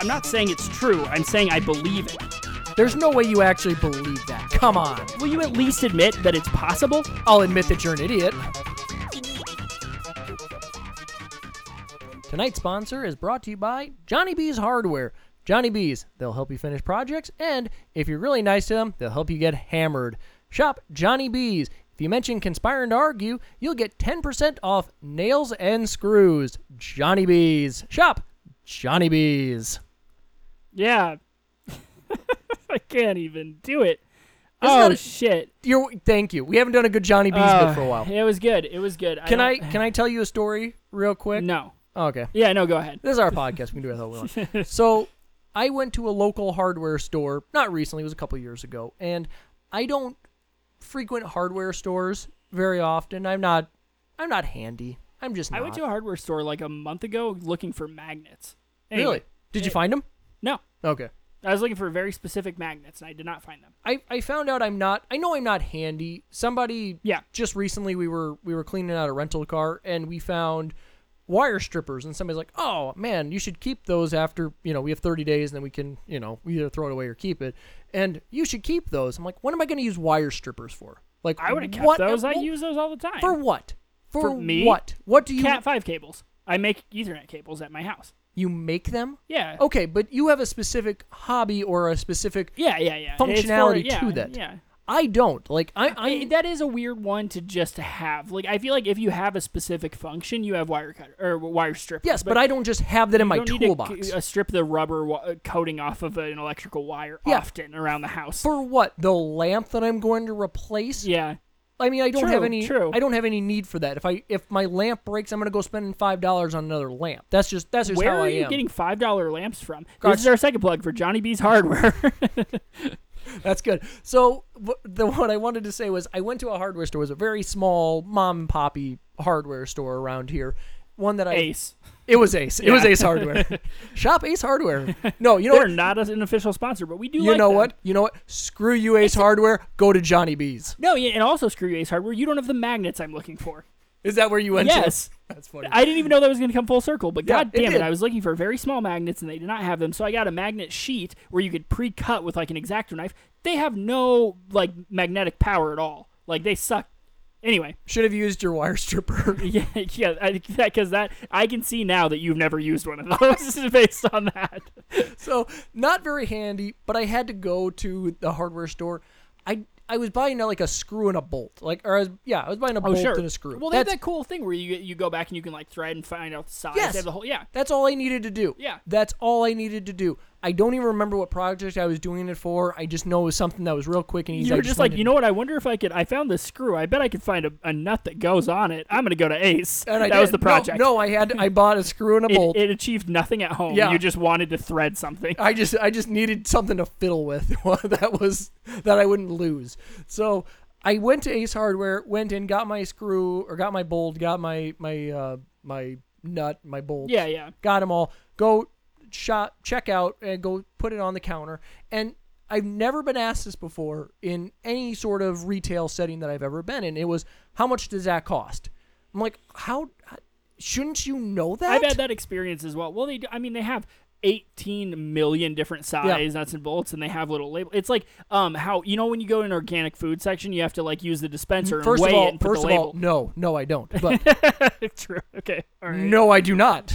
I'm not saying it's true. I'm saying I believe it. There's no way you actually believe that. Come on. Will you at least admit that it's possible? I'll admit that you're an idiot. Tonight's sponsor is brought to you by Johnny B's Hardware. Johnny B's, they'll help you finish projects, and if you're really nice to them, they'll help you get hammered. Shop Johnny B's. If you mention Conspire and Argue, you'll get 10% off nails and screws. Johnny B's. Shop Johnny B's. Yeah. I can't even do it. Isn't oh that a- shit! You're, thank you. We haven't done a good Johnny B's Oh, bit for a while. It was good. It was good. Can I don't- can I tell you a story real quick? Oh, No. Okay. Yeah. No. Go ahead. This is our podcast. We can do it how we want. So I went to a local hardware store, not recently, it was a couple years ago, and I don't frequent hardware stores very often. I'm not I'm not handy. I'm just not. I went to a hardware store like a month ago looking for magnets. Anyway, Really? Did you find them? No. Okay. I was looking for very specific magnets and I did not find them. I, I found out I'm not I know I'm not handy. Somebody Yeah. just recently we were we were cleaning out a rental car and we found wire strippers and somebody's like, "Oh, man, you should keep those after, you know, we have 30 days and then we can, you know, we either throw it away or keep it." And you should keep those. I'm like, "What am I going to use wire strippers for?" Like I would have kept what- those. I well, use those all the time. for what? For, For me? what? What do you Cat five cables. I make Ethernet cables at my house. you make them? Yeah. Okay, but you have a specific hobby or a specific Yeah, yeah, yeah. It's for- functionality yeah, to that. Yeah. I don't. Like I I I, that is a weird one to just have. Like, I feel like if you have a specific function, you have wire cutter or wire strippers. Yes, but, I don't just have that in my you don't need to toolbox. c- uh, strip the rubber wa- uh, coating off of an electrical wire Yeah. often around the house. For what? The lamp that I'm going to replace? yeah, I mean, I don't have True, any true. I don't have any need for that. If I if my lamp breaks, I'm going to go spend $5 on another lamp. That's just that's just where how are I you am. getting five dollar lamps from? Gosh. This is our second plug for Johnny B's Hardware. That's good. So wh- the what I wanted to say was I went to a hardware store. It was a very small mom and poppy hardware store around here. One that I Ace. it was Ace. It was Yeah. Ace Hardware. Shop Ace Hardware. No, you know They're what? not as an official sponsor, but we do. You like know them. what? You know what? Screw you, Ace Hardware. Go to Johnny B's. No, yeah, and also screw you, Ace Hardware. You don't have the magnets I'm looking for. Is that where you went? to? Yes. That's funny. I didn't even know that was going to come full circle, but Yeah, god it damn it, did. I was looking for very small magnets and they did not have them. So I got a magnet sheet where you could pre-cut with like an exacto knife. They have no like magnetic power at all. Like they suck. Anyway, Should have used your wire stripper. yeah, yeah, I- that because that I can see now that you've never used one of those based on that. so not very handy, but I had to go to the hardware store. I I was buying uh, like a screw and a bolt, like or I was, yeah, I was buying a bolt and a screw. Oh, Well, they that's have that cool thing where you you go back and you can like thread and find out the size. Yes. They have the whole yeah. that's all I needed to do. Yeah. that's all I needed to do. I don't even remember what project I was doing it for. I just know it was something that was real quick and easy. You I were just like, went you in- know what? I wonder if I could. I found this screw. I bet I could find a, a nut that goes on it. I'm gonna go to Ace. and I that was did. the project. No, no, I had I bought a screw and a bolt. it, it achieved nothing at home. Yeah. You just wanted to thread something. I just I just needed something to fiddle with that was that I wouldn't lose. So I went to Ace Hardware, went in, got my screw or got my bolt, got my my uh, my nut, my bolt. Yeah, yeah. Got them all. Go shop, check out, and go put it on the counter. And I've never been asked this before in any sort of retail setting that I've ever been in. It was how much does that cost? I'm like, how? Shouldn't you know that? I've had that experience as well. Well, they. do- I mean, they have. 18 million different size nuts and bolts and they have little label it's like um how you know when you go in organic food section you have to like use the dispenser and First weigh of all, it and put first the of all, label no, no, I don't. But true okay all right No, I do not.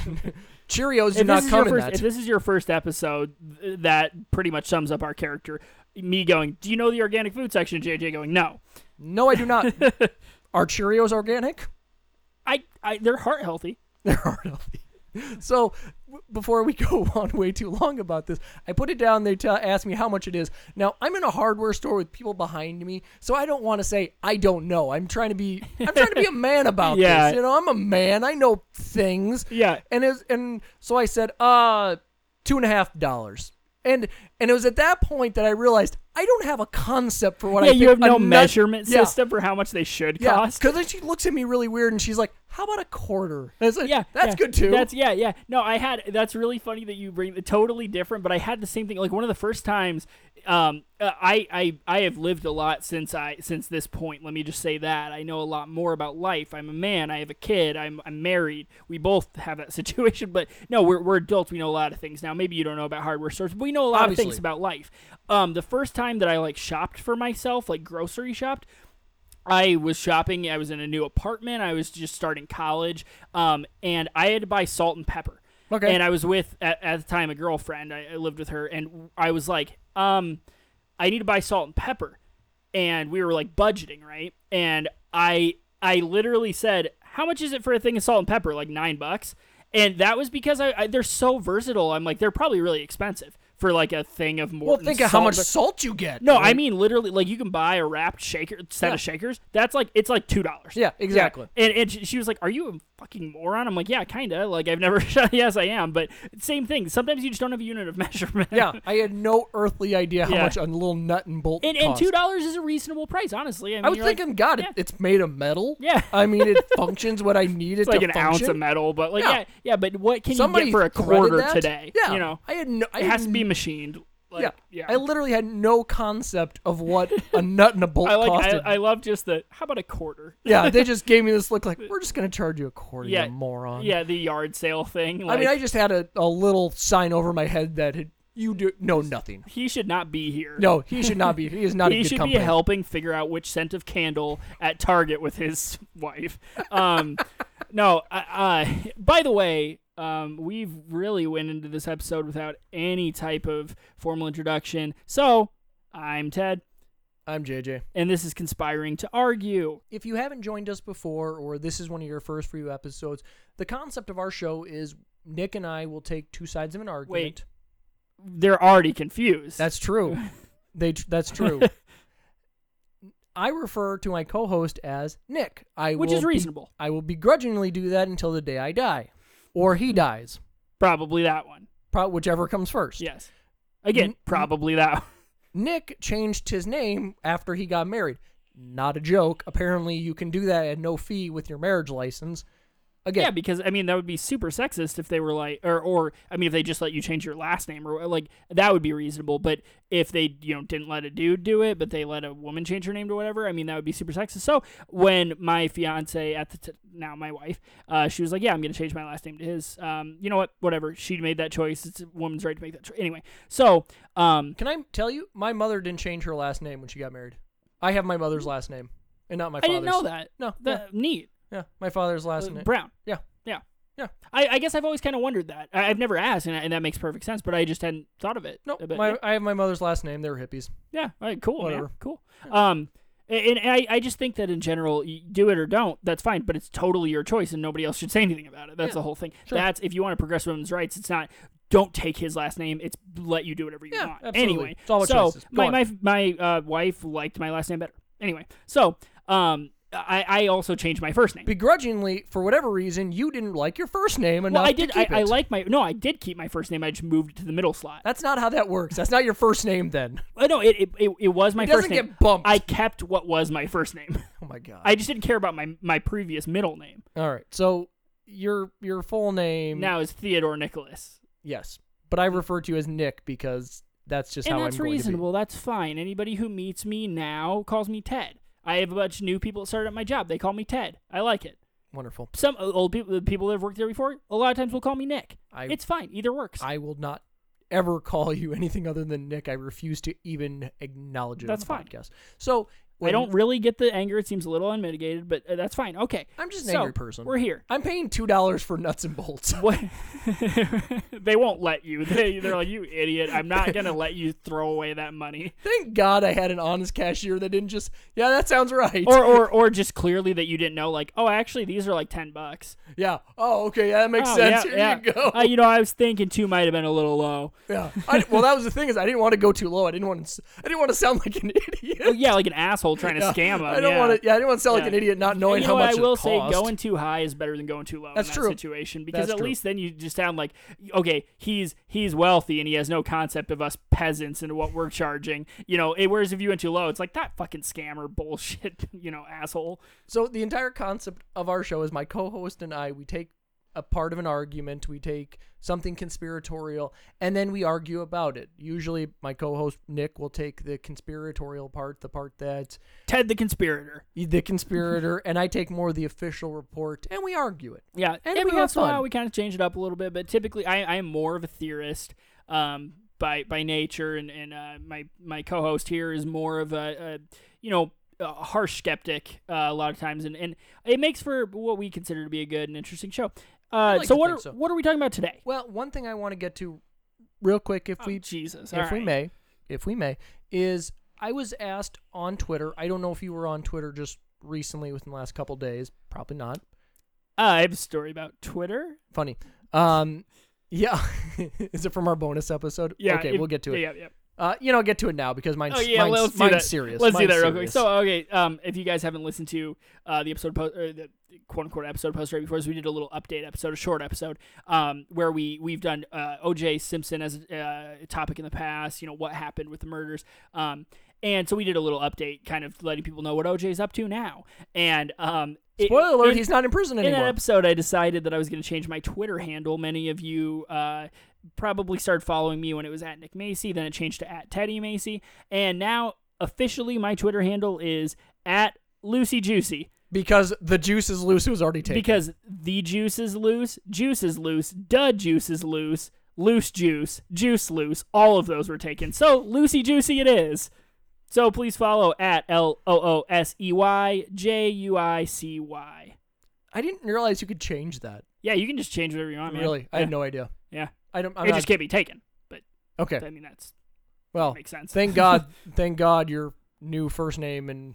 Cheerios do if not this is your come in first, that. If this is your first episode, th- that pretty much sums up our character. Me going, do you know the organic food section? JJ going, no. no, I do not. Are Cheerios organic? I, I they're heart healthy. They're hard healthy. So w- before we go on way too long about this, I put it down. They tell ask me how much it is. Now I'm in a hardware store with people behind me, so I don't want to say I don't know. I'm trying to be I'm trying to be a man about Yeah. this. You know, I'm a man. I know things. Yeah. And is and so I said, uh, two and a half dollars. And and it was at that point that I realized I don't have a concept for what I yeah, you think have no a nut- measurement Yeah. system for how much they should Yeah, cost. because then she looks at me really weird and she's like, "How about a quarter?" And it's like, Yeah, that's yeah. good too. That's yeah, yeah. No, I had that's really funny that you bring totally different, but I had the same thing. Like one of the first times um, uh, I, I I have lived a lot since I since this point. Let me just say that I know a lot more about life. I'm a man. I have a kid. I'm I'm married. We both have that situation, but no, we're we're adults. We know a lot of things now. Maybe you don't know about hardware stores, but we know a lot Obviously. of things about life. Um, the first time that I like shopped for myself, like grocery shopped, I was shopping. I was in a new apartment. I was just starting college, um, and I had to buy salt and pepper. Okay. And I was with at, at the time a girlfriend. I, I lived with her, and I was like, um, I need to buy salt and pepper, and we were like budgeting, right? And I I literally said, how much is it for a thing of salt and pepper? Like nine bucks. And that was because I, I they're so versatile. I'm like they're probably really expensive for like a thing of more. well, think of how much salt you get. No, I mean literally, like you can buy a wrapped shaker set Yeah. of shakers. That's like it's like two dollars. Yeah, exactly. And, and she, she was like, "Are you a fucking moron?" I'm like, "Yeah, kinda. Like I've never. yes, I am. But same thing. Sometimes you just don't have a unit of measurement. yeah, I had no earthly idea how Yeah. much a little nut and bolt And, and cost. two dollars is a reasonable price, honestly. I, mean, I was you're like- thinking, God, it- yeah. it's made of metal. Yeah. I mean, it functions what I need it it's like to an function. ounce of metal, but like Yeah. yeah, yeah. but what can Somebody you get for a threaded quarter that? today? Yeah, You know, I had no. I it had has to be n- machined. Like, yeah, yeah. I literally had no concept of what a nut and a bolt I like. costed. I, I love just the. How about a quarter? yeah, they just gave me this look like we're just gonna charge you a quarter, Yeah. you moron. Yeah, the yard sale thing. I Like, mean, I just had a, a little sign over my head that had, you do know nothing. he should not be here. No, he should not be. He is not a he good should company. be helping figure out which scent of candle at Target with his wife. Um, no, I, I, by the way, um, we've really went into this episode without any type of formal introduction. So I'm Ted, I'm JJ. and this is conspiring to argue. If you haven't joined us before, or this is one of your first few episodes, the concept of our show is Nick and I will take two sides of an argument. They're already confused. That's true. they tr- that's true. I refer to my co-host as Nick. I which will is be- reasonable. I will begrudgingly do that until the day I die, or he dies, Probably that one. pro- whichever comes first. Yes. Again, N- probably that one. Nick changed his name after he got married. Not a joke. Apparently, you can do that at no fee with your marriage license. Again, Yeah, because I mean that would be super sexist if they were like, or or I mean if they just let you change your last name or like that would be reasonable. But if they you know didn't let a dude do it, but they let a woman change her name to whatever, I mean that would be super sexist. So when my fiance at the t- now my wife, uh, she was like, yeah, I'm gonna change my last name to his. Um, you know what? Whatever. She made that choice. It's a woman's right to make that choice. Anyway, so um, can I tell you, my mother didn't change her last name when she got married. I have my mother's last name and not my I father's. didn't know that. No, yeah, That neat. yeah, my father's last Uh, name. Brown. Yeah. Yeah. Yeah. I, I guess I've always kind of wondered that. I, I've never asked, and, I, and that makes perfect sense. But I just hadn't thought of it. No, But my, yeah, I have my mother's last name. They were hippies. yeah. All right, cool. man. Whatever. cool. Um, and, and I, I just think that in general, you do it or don't. That's fine, but it's totally your choice, and nobody else should say anything about it. That's Yeah, the whole thing. sure. That's if you want to progress women's rights, it's not. Don't take his last name. It's let you do whatever you Yeah, want. absolutely. Anyway, It's all our so choices. Go my on. my my uh, wife liked my last name better. Anyway, so um, I I also changed my first name. Begrudgingly, for whatever reason, you didn't like your first name enough Well, I to did. I, keep I it. like my no. I did keep my first name. I just moved it to the middle slot. That's not how that works. That's not your first name then. Uh, no, it it, it, it was my It first doesn't name. get bumped. I kept what was my first name. oh my god. I just didn't care about my my previous middle name. All right. So your your full name Now is Theodore Nicholas, Yes, but I refer to you as Nick because that's just and how that's I'm reasonable. That's fine. Anybody who meets me now calls me Ted. I have a bunch of new people that started at my job. They call me Ted. I like it. going to be. Wonderful. Some o- old people, the people that have worked there before, a lot of times will call me Nick. I- it's fine. Either works. I will not ever call you anything other than Nick. I refuse to even acknowledge it That's on fine. the podcast. So I when- don't really get the anger. It seems a little unmitigated, but uh, that's fine. Okay. I'm just an So, angry person. We're here. I'm paying two dollars for nuts and bolts. What? they won't let you. They, they're like, you idiot. I'm not going to let you throw away that money. Thank God I had an honest cashier that didn't just. Yeah, that sounds right. Or, or, or just clearly that you didn't know, like, oh, actually, these are like 10 bucks. yeah. Oh, okay. Yeah, that makes Oh, sense. yeah, Here yeah. you go. Uh, you know, I was thinking two might have been a little low. yeah. I, well, that was the thing is I didn't want to go too low. I didn't want to. I didn't want to sound like an Well, idiot. Oh, yeah, like an asshole trying to scam them. I don't yeah. want to. Yeah, I didn't want to sound like Yeah. an idiot not And knowing you how know what much I will it say cost. going too high is better than going too low That's in that true. situation because That's at true. least then you just sound like okay, he's he's wealthy and he has no concept of us peasants and what we're charging. You know, it, whereas if you went too low, it's like that fucking scammer bullshit, you know, asshole. So the entire concept of our show is my co-host and I. We take a part of an argument. We take something conspiratorial and then we argue about it. Usually, my co host Nick will take the conspiratorial part, the part that's Ted the conspirator. the conspirator, and I take more of the official report and we argue it. Yeah, And we every have once in a while fun. we kind of change it up a little bit, but typically I, I am more of a theorist um, by by nature, and and uh, my my co-host here is more of a, a you know a harsh skeptic uh, a lot of times, and and it makes for what we consider to be a good and interesting show. Uh, like so to what think are, so. what are we talking about today? Well, one thing I want to get to real quick, if Oh, we Jesus, if we alright. may, if we may, is I was asked on Twitter. I don't know if you were on Twitter just recently within the last couple days. Probably not. I have a story about Twitter. Funny. Um, yeah. Is it from our bonus episode? Yeah, Okay, we'll get to it. Yeah, yeah. Uh, you know, get to it now because mine's Oh yeah, mine's, let's do mine's that. serious. Let's do Mine's that real quick. serious. So okay, um, if you guys haven't listened to uh, the episode, po- or the quote unquote episode post right before, us, we did a little update episode, a short episode, um, where we we've done uh, O.J. Simpson as uh, a topic in the past. You know what happened with the murders. Um, and so we did a little update, kind of letting people know what O.J. is up to now. And um, it- spoiler alert: in- he's not in prison in anymore. that episode, I decided that I was going to change my Twitter handle. Many of you uh, probably started following me when it was at Nick Macy. Then it changed to at Teddy Macy, and now officially my Twitter handle is at Lucy Juicy because the juice is loose. It was already taken. because the juice is loose, juice is loose, duh juice is loose, loose juice, juice loose. All of those were taken. So Lucy Juicy it is. So please follow at L O O S E Y J U I C Y. I didn't realize you could change that. Yeah, you can just change whatever you want, man. really, I Yeah. had no idea. Yeah. I don't. I'm it not, just can't be taken. But okay. I mean, that's Well, makes sense. Oh, thank God, thank God, your new first name and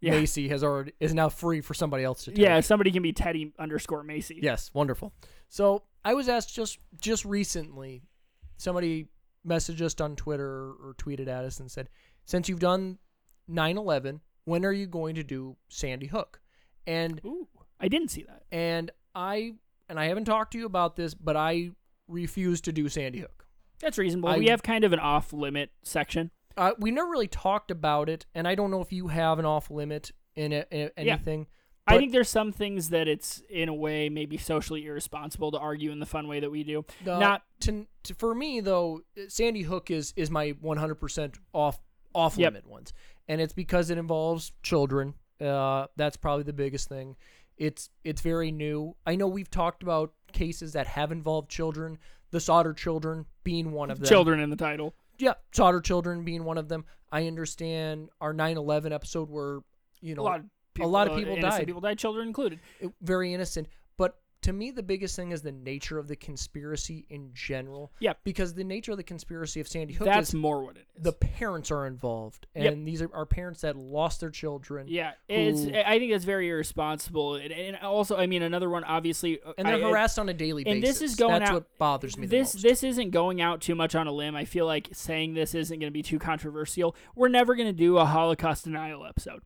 Yeah. Macy has already is now free for somebody else to take. yeah, somebody can be Teddy underscore Macy. Yes, wonderful. So I was asked just just recently, somebody messaged us on Twitter or tweeted at us and said, since you've done 9/11, when are you going to do Sandy Hook? And Ooh, I didn't see that. and I and I haven't talked to you about this, but I refuse to do Sandy Hook. That's reasonable. I- we have kind of an off limit section. Uh, we never really talked about it, and I don't know if you have an off limit in, a, in anything. I But- think there's some things that it's in a way maybe socially irresponsible to argue in the fun way that we do. The- Not to, to for me though. Sandy Hook is is my 100% off off Yep. limit ones, and it's because it involves children. Uh, that's probably the biggest thing. It's it's very new. I know we've talked about cases that have involved children. The Sauter children being one of them. children in the title. Yeah, Sauter children being one of them. I understand our 9/11 episode where you know a lot of people, lot of uh, people innocent died. People died, children included. it- very innocent. But to me, the biggest thing is the nature of the conspiracy in general. Yep. Because the nature of the conspiracy of Sandy Hook That's is more what it is. the parents are involved, and Yep. these are, are parents that lost their children. yeah, it's. who- I think that's very irresponsible, and, and also, I mean, another one obviously. uh, And they're I- I- harassed on a daily and basis. this is going That's out- what bothers me. this the most. this isn't going out too much on a limb. I feel like saying this isn't going to be too controversial. We're never going to do a Holocaust denial episode.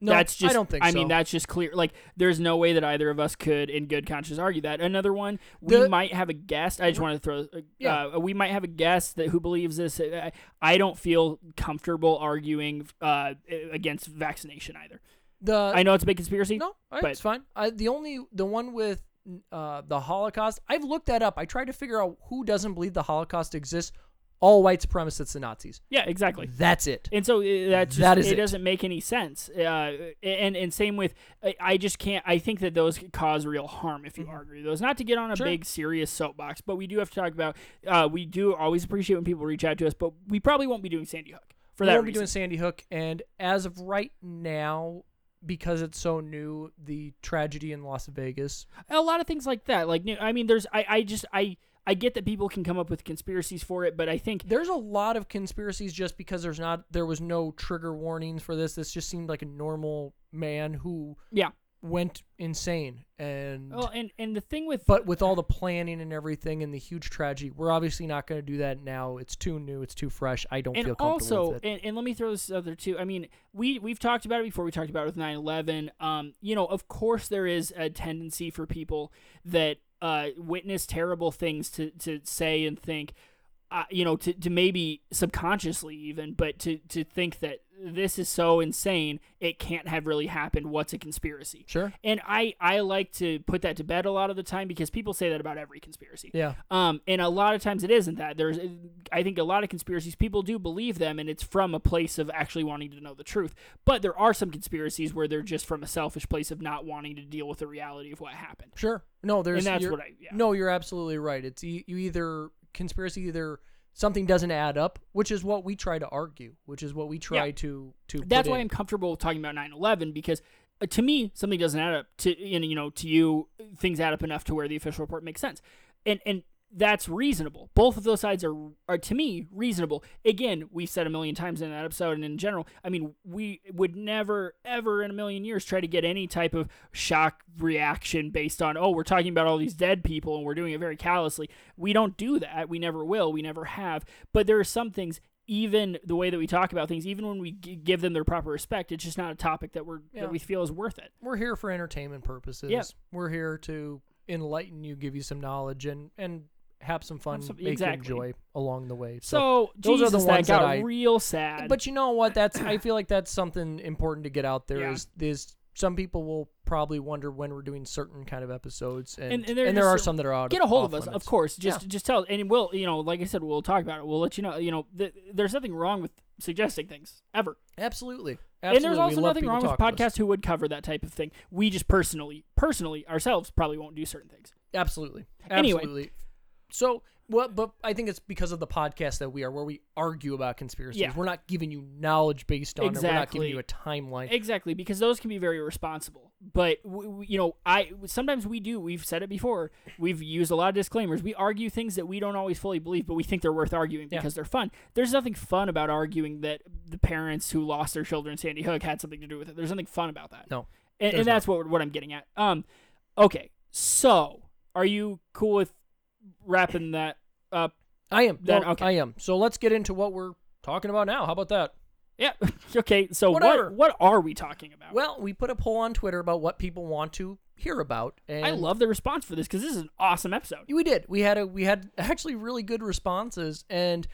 no, that's just I don't think. I so. mean, that's just clear. Like, there's no way that either of us could, in good conscience, argue that. Another one, we The- might have a guest. I just want to throw. Uh, Yeah. uh, we might have a guest that who believes this. I, I don't feel comfortable arguing uh, against vaccination either. the I know it's a big conspiracy. Uh, no, I- but- it's fine. I, the only the one with uh, the Holocaust, I've looked that up. I tried to figure out who doesn't believe the Holocaust exists. All white supremacists and Nazis. Yeah, exactly. That's it. And so uh, that's just, That is it, it. doesn't make any sense. Uh, and and same with I- I just can't. I think that those could cause real harm if you argue those. Not to get on a Mm-hmm. Sure. big serious soapbox, but we do have to talk about. Uh, we do always appreciate when people reach out to us, but we probably won't be doing Sandy Hook for that we'll be reason. doing Sandy Hook, and as of right now, because it's so new, the tragedy in Las Vegas. a lot of things like that. Like new- I mean, there's I I just I I get that people can come up with conspiracies for it, but I think There's a lot of conspiracies just because there's not there was no trigger warnings for this. This just seemed like a normal man who yeah. went insane and Well, and and the thing with but with all the planning and everything and the huge tragedy, we're obviously not going to do that now. It's too new. It's too fresh. I don't and feel comfortable also with it. and, and let me throw this other too i mean we we've talked about it before we talked about it with 9-11 um you know of course there is a tendency for people that uh witness terrible things to to say and think uh, you know, to, to maybe subconsciously even, but to, to think that this is so insane, it can't have really happened. What's a conspiracy? Sure. And I, I like to put that to bed a lot of the time because people say that about every conspiracy. Yeah. Um, and a lot of times it isn't that. There's, I think, a lot of conspiracies people do believe them, and it's from a place of actually wanting to know the truth. But there are some conspiracies where they're just from a selfish place of not wanting to deal with the reality of what happened. Sure. No, there's. And that's you're- what I- yeah. No, you're absolutely right. It's e- you either conspiracy, either something doesn't add up, which is what we try to argue, which is what we try Yeah. to to. That's put why in. I'm comfortable with talking about 9/11 because uh, to me something doesn't add up to and you know to you things add up enough to where the official report makes sense. And and that's reasonable. Both of those sides are are to me reasonable. Again, we've said a million times in that episode and in general, I mean, we would never ever in a million years try to get any type of shock reaction based on oh, we're talking about all these dead people and we're doing it very callously. We don't do that. We never will. We never have. But there are some things even the way that we talk about things, even when we g- give them their proper respect, it's just not a topic that we're Yeah. that we feel is worth it. We're here for entertainment purposes. Yeah. We're here to enlighten you, give you some knowledge, and and have some fun, Have some- make you exactly. enjoy along the way. So, those are Jesus, the that ones that got I- real sad. But you know what? That's I feel like that's something important to get out there. Yeah. Is is some people will probably wonder when we're doing certain kind of episodes, And- and and, and they're there just are so- some that are out. get a hold of off us, of limits. course. Just just tell, and we'll you know, like I said, we'll talk about it. We'll let you know. You know, th- there's nothing wrong with suggesting things ever, Absolutely. and there's Absolutely. We also love nothing people wrong with talking to us. podcasts who would cover that type of thing. We just personally, personally ourselves probably won't do certain things. Absolutely. Anyway. Absolutely. So what but I think it's because of the podcast that we are where we argue about conspiracies. Yeah. We're not giving you knowledge based on it. We're not Exactly. giving you a timeline. Exactly, because those can be very responsible. But w w you know, I sometimes we do. We've said it before. We've used a lot of disclaimers. We argue things that we don't always fully believe, but we think they're worth arguing Yeah. because they're fun. There's nothing fun about arguing that the parents who lost their children in Sandy Hook had something to do with it. There's nothing fun about that. No. and, there's and that's what what I'm getting at. Um, okay, so are you cool with wrapping that up? I am. Then- No, okay. I am. So let's get into what we're talking about now. How about that? Yeah. okay. So Whatever. what what are we talking about? Well, we put a poll on Twitter about what people want to hear about and I love the response for this because this is an awesome episode. we did. We had a we had actually really good responses and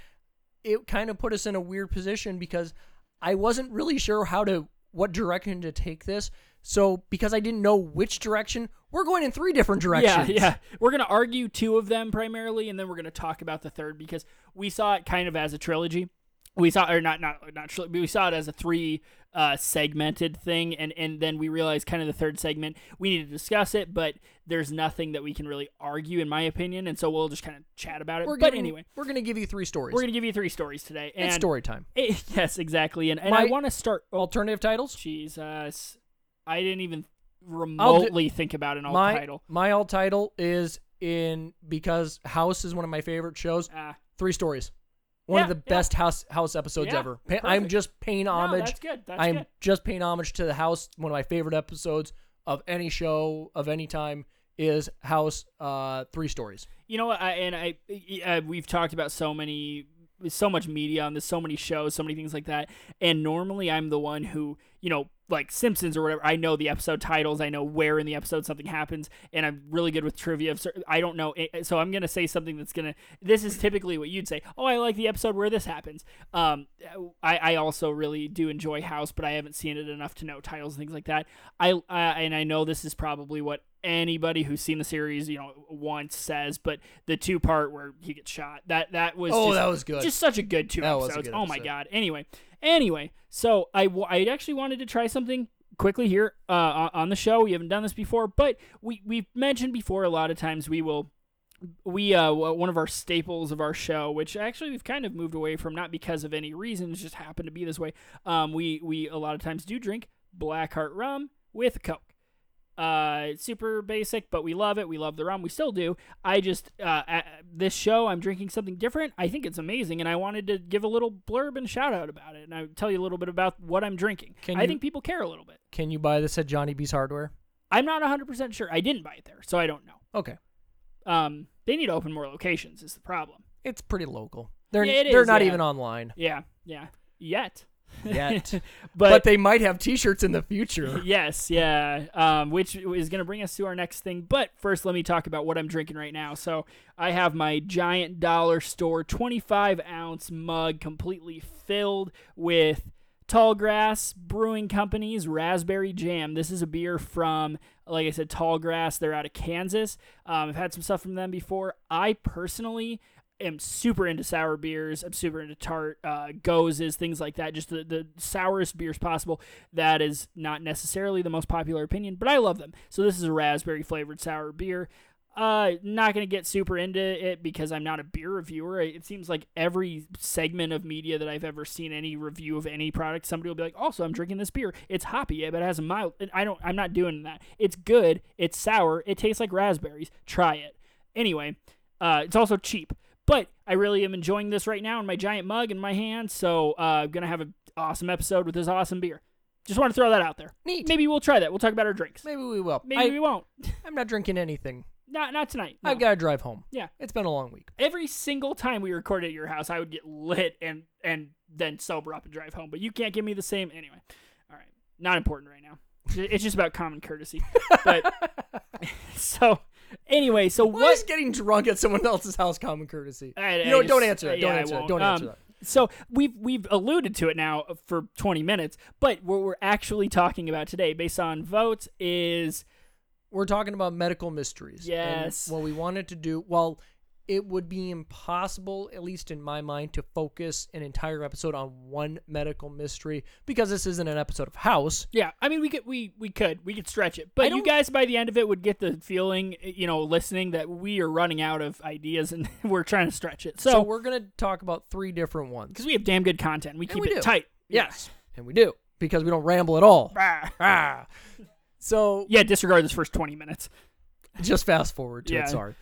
it kind of put us in a weird position because I wasn't really sure how to what direction to take this. So because I didn't know which direction, we're going in three different directions. Yeah, yeah. We're gonna argue two of them primarily, and then we're gonna talk about the third because we saw it kind of as a trilogy. We saw, or not, not, not trilogy. but We saw it as a three uh, segmented thing, and and then we realized kind of the third segment we need to discuss it, but there's nothing that we can really argue, in my opinion, and so we'll just kind of chat about it. We're but giving- anyway, we're gonna give you three stories. we're gonna give you three stories today. And it's story time. it- yes, exactly. And and I My- want to start. Oh, Alternative titles. Jesus, I didn't even remotely think about an alt my title. my alt title is in because House is one of my favorite shows. Ah. Three stories. One of Yeah, the yeah. best House House episodes Yeah, ever. Pa- I'm perfect. just paying No, homage. that's good. That's I'm good. just paying homage to the House. One of my favorite episodes of any show of any time is House uh, Three Stories. You know what? I, and I, uh, we've talked about so many, so much media on this, so many shows, so many things like that. And normally, I'm the one who, you know, like Simpsons or whatever. I know the episode titles. I know where in the episode something happens, and I'm really good with trivia. Of cer- I don't know, eh, so I'm gonna say something that's gonna. This is typically what you'd say. Oh, I like the episode where this happens. Um, I, I also really do enjoy House, but I haven't seen it enough to know titles and things like that. I uh, and I know this is probably what anybody who's seen the series, you know, once says, but the two part where he gets shot, that that was Oh, just, that was good. just such a good two That was a episodes. good oh my episode. god. Anyway, anyway, so I w- I actually wanted to try something quickly here uh, on- on the show. We haven't done this before, but we we've mentioned before a lot of times we will we uh w- one of our staples of our show which actually we've kind of moved away from not because of any reason it just happened to be this way um we we a lot of times do drink black heart rum with coke uh it's super basic but we love it we love the rum we still do i just uh at this show i'm drinking something different i think it's amazing and i wanted to give a little blurb and shout out about it and i tell you a little bit about what i'm drinking Can i you- think people care a little bit Can you buy this at Johnny B's Hardware? i'm not 100% sure i didn't buy it there so i don't know Okay, um they need to open more locations is the problem it's pretty local. They're Yeah, it they're is, not yeah. even online. Yeah, yeah. Yet. yet. but, But, they might have T-shirts in the future. yes, yeah. Um, which is going to bring us to our next thing. But first, let me talk about what I'm drinking right now. So I have my giant dollar store 25 ounce mug completely filled with Tallgrass Brewing Company's Raspberry Jam. This is a beer from, like I said, Tallgrass. They're out of Kansas. Um, I've had some stuff from them before. I personally am super into sour beers. I'm super into tart, uh, gozes, things like that. Just the, the sourest beers possible. That is not necessarily the most popular opinion, but I love them. So this is a raspberry flavored sour beer. Uh, not gonna get super into it because I'm not a beer reviewer. I- It seems like every segment of media that I've ever seen any review of any product, somebody will be like, "Also, I'm drinking this beer. It's hoppy, but it has a mild." and I don't. I'm not doing that. It's good. It's sour. It tastes like raspberries. Try it. Anyway, uh, it's also cheap, but I really am enjoying this right now in my giant mug in my hand. So uh, I'm gonna have an awesome episode with this awesome beer. Just want to throw that out there. Neat. Maybe we'll try that. We'll talk about our drinks. Maybe we will. Maybe I, we won't. I'm not drinking anything. Not not tonight. no. I've got to drive home. Yeah. It's been a long week. Every single time we recorded at your house, I would get lit and and then sober up and drive home. But you can't give me the same anyway. All right, not important right now. It's it's just about common courtesy. But so anyway, so Why what? is getting drunk at someone else's house common courtesy? I- I you know, just- don't answer that. Don't yeah, I answer that. won't. Don't Um, answer that. So we've we've alluded to it now for 20 minutes, but what we're actually talking about today, based on votes, is We're talking about medical mysteries. and Yes. what we wanted to do, well, it would be impossible, at least in my mind, to focus an entire episode on one medical mystery because this isn't an episode of House. yeah. I mean, we could we we could we could stretch it, but you don't- guys by the end of it would get the feeling, you know, listening that we are running out of ideas and we're trying to stretch it. So So we're gonna talk about three different ones. because we have damn good content, we keep we it do. tight. Yes, and we do because we don't ramble at all. Ah. Ah. So Yeah, disregard this first 20 minutes. just fast forward to Yeah. it. Sorry.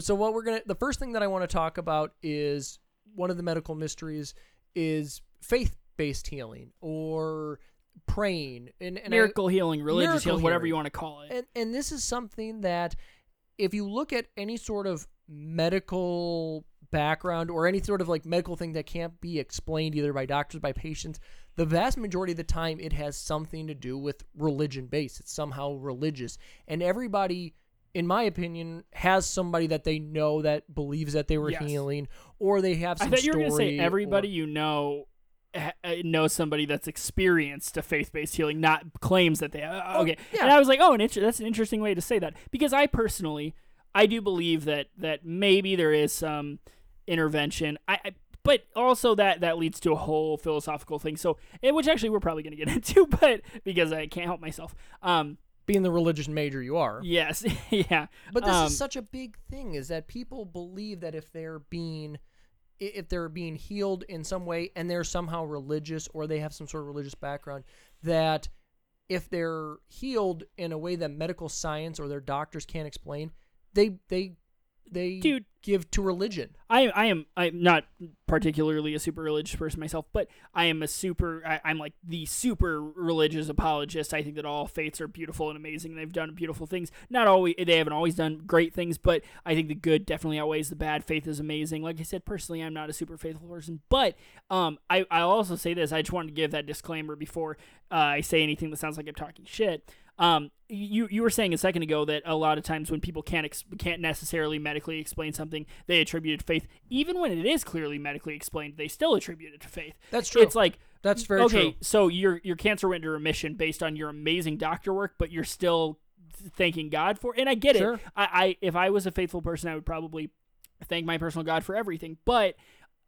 So what we're gonna the first thing that I want to talk about is one of the medical mysteries is faith based healing or praying and, and I- Miracle healing, religious Miracle healing, whatever healing. you want to call it. and and this is something that if you look at any sort of medical background or any sort of like medical thing that can't be explained either by doctors by patients the vast majority of the time it has something to do with religion based it's somehow religious and everybody in my opinion has somebody that they know that believes that they were Yes. healing or they have I some thought you were going to say everybody you know ha- uh, knows somebody that's experienced a faith-based healing, not claims that they. Uh, Oh, okay, yeah. and I was like, oh, an inter- that's an interesting way to say that because I personally, I do believe that that maybe there is some intervention. I. I but also that that leads to a whole philosophical thing. So, eh, which actually we're probably going to get into, but because I can't help myself. Um, being the religious major you are yes, yeah. But this Um, is such a big thing is that people believe that if they're being i- if they're being healed in some way and they're somehow religious or they have some sort of religious background that if they're healed in a way that medical science or their doctors can't explain, they they they Dude. give to religion. I I am I'm not particularly a super religious person myself, but I am a super I, I'm like the super religious apologist. I think that all faiths are beautiful and amazing. They've done beautiful things. Not always they haven't always done great things, but I think the good definitely outweighs the bad. Faith is amazing. Like I said, personally, I'm not a super faithful person, but um I I'll also say this. I just wanted to give that disclaimer before uh, I say anything that sounds like I'm talking shit. Um, you you were saying a second ago that a lot of times when people can't ex- can't necessarily medically explain something, they attribute it to faith. Even when it is clearly medically explained, they still attribute it to faith. That's true. It's like That's very okay, true. so your your cancer went into remission based on your amazing doctor work, but you're still thanking God for. And I get Sure. it. I, I if I was a faithful person, I would probably thank my personal God for everything. But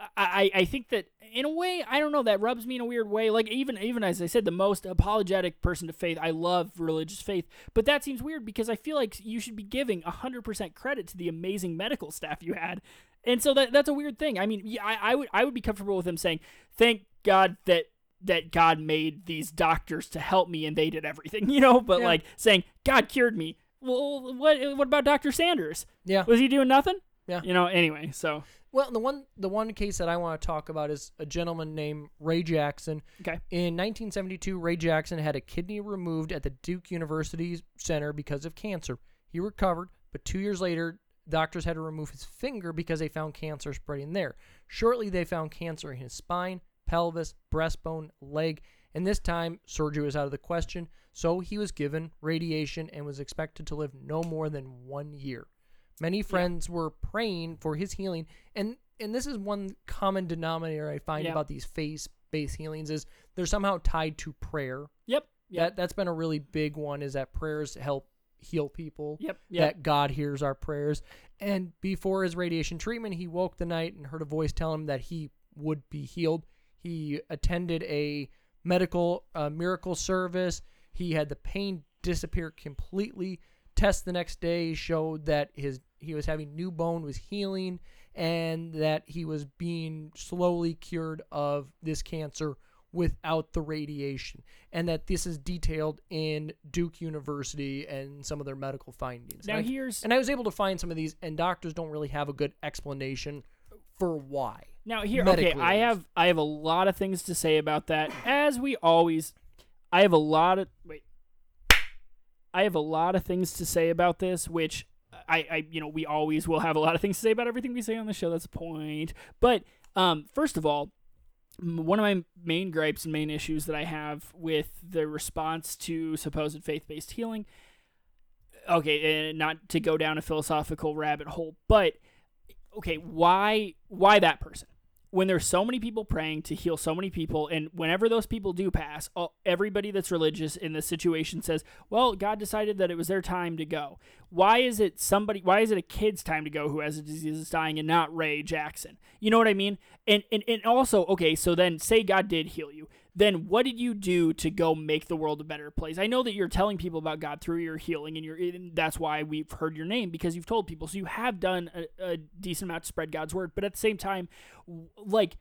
I, I I think that in a way, I don't know, that rubs me in a weird way. Like even even as I said, the most apologetic person to faith, I love religious faith, but that seems weird because I feel like you should be giving hundred percent credit to the amazing medical staff you had. And so that that's a weird thing. I mean, yeah, I, I would I would be comfortable with them saying, "Thank God that that God made these doctors to help me and they did everything," you know. But Yeah. like saying, "God cured me." Well, what what about Doctor Sanders? Yeah. Was he doing nothing? Yeah. You know. Anyway, so Well, the one the one case that I want to talk about is a gentleman named Ray Jackson. Okay. In 1972, Ray Jackson had a kidney removed at the Duke University Center because of cancer. He recovered, but 2 years later, doctors had to remove his finger because they found cancer spreading there. Shortly, they found cancer in his spine, pelvis, breastbone, leg, and this time surgery was out of the question, so he was given radiation and was expected to live no more than one year. Many friends were praying for his healing, and and this is one common denominator I find Yeah. about these faith-based healings is they're somehow tied to prayer. Yep. Yep. That that's been a really big one is that prayers help heal people. Yep, yep. That God hears our prayers. And before his radiation treatment, he woke the night and heard a voice tell him that he would be healed. He attended a medical uh, miracle service. He had the pain disappear completely. Tests the next day showed that his he was having new bone was healing and that he was being slowly cured of this cancer without the radiation and that this is detailed in Duke University and some of their medical findings. Now and I, here's- and I was able to find some of these and doctors don't really have a good explanation for why. Now here, okay, medically I at have I have a lot of things to say about that. As we always, I have a lot of wait. I have a lot of things to say about this, which I, I you know we always will have a lot of things to say about everything we say on the show. That's the point. But um, first of all, m- one of my main gripes and main issues that I have with the response to supposed faith based healing. Okay, and not to go down a philosophical rabbit hole, but okay, why why that person? When there's so many people praying to heal so many people, and whenever those people do pass, all, everybody that's religious in this situation says, "Well, God decided that it was their time to go." Why is it somebody? Why is it a kid's time to go who has a disease that's dying and not Ray Jackson? You know what I mean? And and and also, okay, so then say God did heal you. Then what did you do to go make the world a better place? I know that you're telling people about God through your healing, and you're and that's why we've heard your name because you've told people. So you have done a, a decent amount to spread God's word. But at the same time, w- like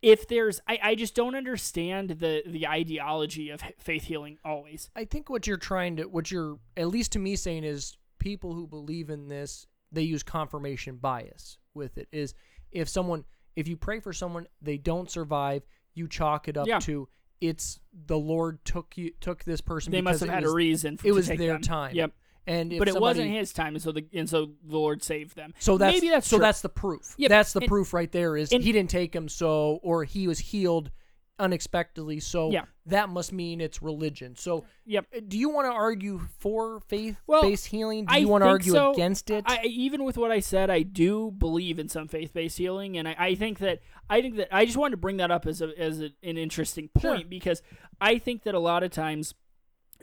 if there's, I, I just don't understand the the ideology of h- faith healing always. I think what you're trying to, what you're at least to me saying is people who believe in this, they use confirmation bias with it. Is if someone, if you pray for someone, they don't survive, you chalk it up Yeah. to it's the Lord took you took this person. They must because have it had was- a reason. For, It to was take their them. time. Yep. And if But it somebody- wasn't his time, and so the and so the Lord saved them. So that's maybe that's so true. that's the proof. Yeah, that's the and- proof right there. Is and- he didn't take him so, or he was healed unexpectedly. So Yeah. that must mean it's religion. So uh, Yep. do you want to argue for faith Well, based healing? Do I you want to think argue so. against it? I, I- even with what I said, I do believe in some faith-based healing, and I, I think that I think that I just wanted to bring that up as a, as a, an interesting point Sure. because I think that a lot of times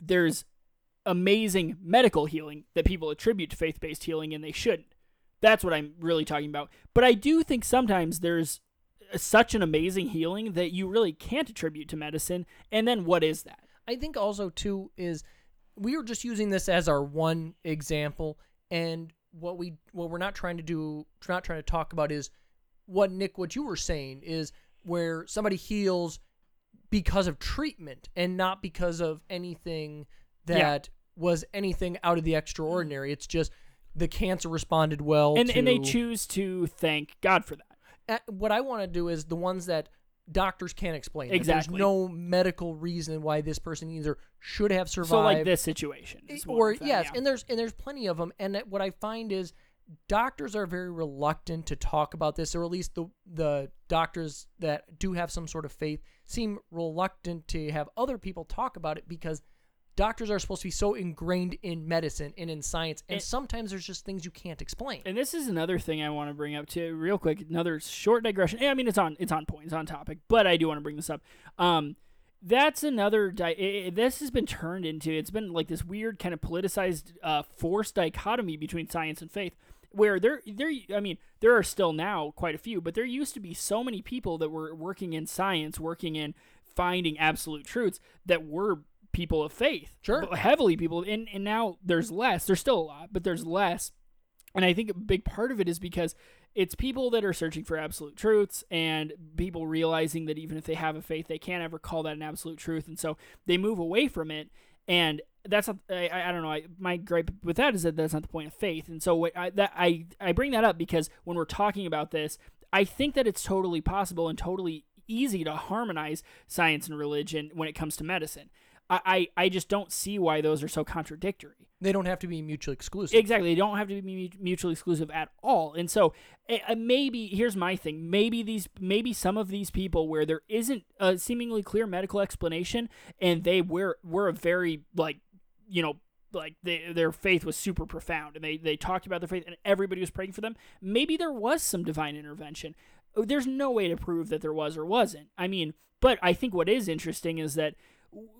there's amazing medical healing that people attribute to faith-based healing, and they shouldn't. That's what I'm really talking about. But I do think sometimes there's such an amazing healing that you really can't attribute to medicine. And then what is that? I think also too is we are just using this as our one example, and what we what we're not trying to do, not trying to talk about is what Nick, what you were saying is where somebody heals because of treatment and not because of anything Yeah. that was anything out of the extraordinary. It's just the cancer responded well, And and they to- choose to thank God for that. uh, what I want to do is the ones that doctors can't explain. that Exactly. There's no medical reason why this person either should have survived. So like this situation, is one Eh, or of them, yes, yeah. and there's and there's plenty of them. And that- what I find is doctors are very reluctant to talk about this, or at least the the doctors that do have some sort of faith seem reluctant to have other people talk about it because doctors are supposed to be so ingrained in medicine and in science, and And- sometimes there's just things you can't explain. and this is another thing I want to bring up too, real quick. Another short digression. Yeah, I mean, it's on it's on point, it's on topic, but I do want to bring this up. Um, that's another. Di- i i this has been turned into. It's been like this weird kind of politicized, uh, forced dichotomy between science and faith, where there there. I mean, there are still now quite a few, but there used to be so many people that were working in science, working in finding absolute truths that were people of faith Sure. but heavily people and, and now there's less there's still a lot but there's less and I think a big part of it is because it's people that are searching for absolute truths and people realizing that even if they have a faith, they can't ever call that an absolute truth. And so they move away from it. And that's not, I, I I don't know. I, my gripe with that is that that's not the point of faith. And so what I, that, I, I bring that up because when we're talking about this, I think that it's totally possible and totally easy to harmonize science and religion when it comes to medicine. I, I, I just don't see why those are so contradictory. They don't have to be mutually exclusive. Exactly. They don't have to be mu- mutually exclusive at all. And so uh, maybe here's my thing. Maybe these maybe some of these people where there isn't a seemingly clear medical explanation and they were were a very like you know like they, their faith was super profound and they they talked about their faith and everybody was praying for them. Maybe there was some divine intervention. Oh, There's no way to prove that there was or wasn't. I mean, but I think what is interesting is that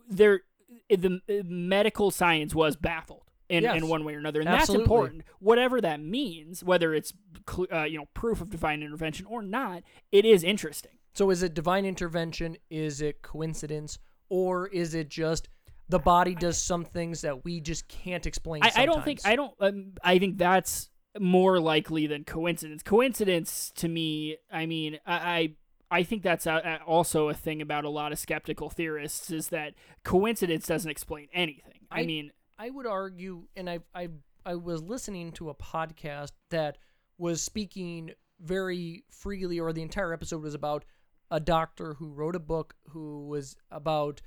there eh, the medical science was baffled in, Yes. in one way or another, and Absolutely. that's important. Whatever that means, whether it's cl- uh, you know proof of divine intervention or not, it is interesting. So is it divine intervention? Is it coincidence? Or is it just the body does some things that we just can't explain? I, I don't think I don't. Um, I think that's more likely than coincidence. Coincidence to me, I mean, I I, I think that's a, a- also a thing about a lot of skeptical theorists is that coincidence doesn't explain anything. I, I- mean, I would argue, and I I I was listening to a podcast that was speaking very freely, or the entire episode was about a doctor who wrote a book who was about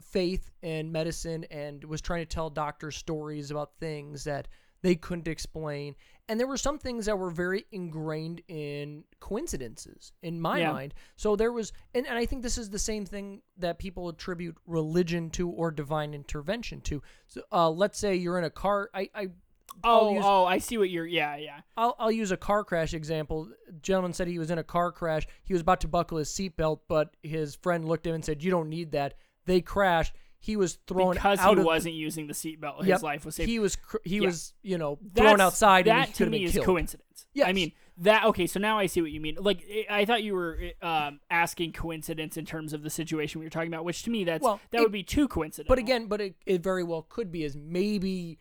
faith and medicine and was trying to tell doctors stories about things that they couldn't explain. And there were some things that were very ingrained in coincidences in my Yeah. mind. So there was, and, and I think this is the same thing that people attribute religion to or divine intervention to. So uh, let's say you're in a car. I, I I'll oh use- oh, I see what you're. Yeah yeah. I'll, I'll use a car crash example. Gentleman said he was in a car crash. He was about to buckle his seatbelt, but his friend looked at him and said, "You don't need that." They crashed. He was thrown because out he of, wasn't using the seatbelt. His Yep. life was saved. He was cr- he Yeah. was you know That's- thrown outside. That and he to could me have is been killed. coincidence. Yes. I mean that. Okay, so now I see what you mean. Like eh, I- I thought you were uh, um, asking coincidence in terms of the situation we were talking about, which to me that's Well, that it- would be too coincidental. But again, but it, it very well could be is maybe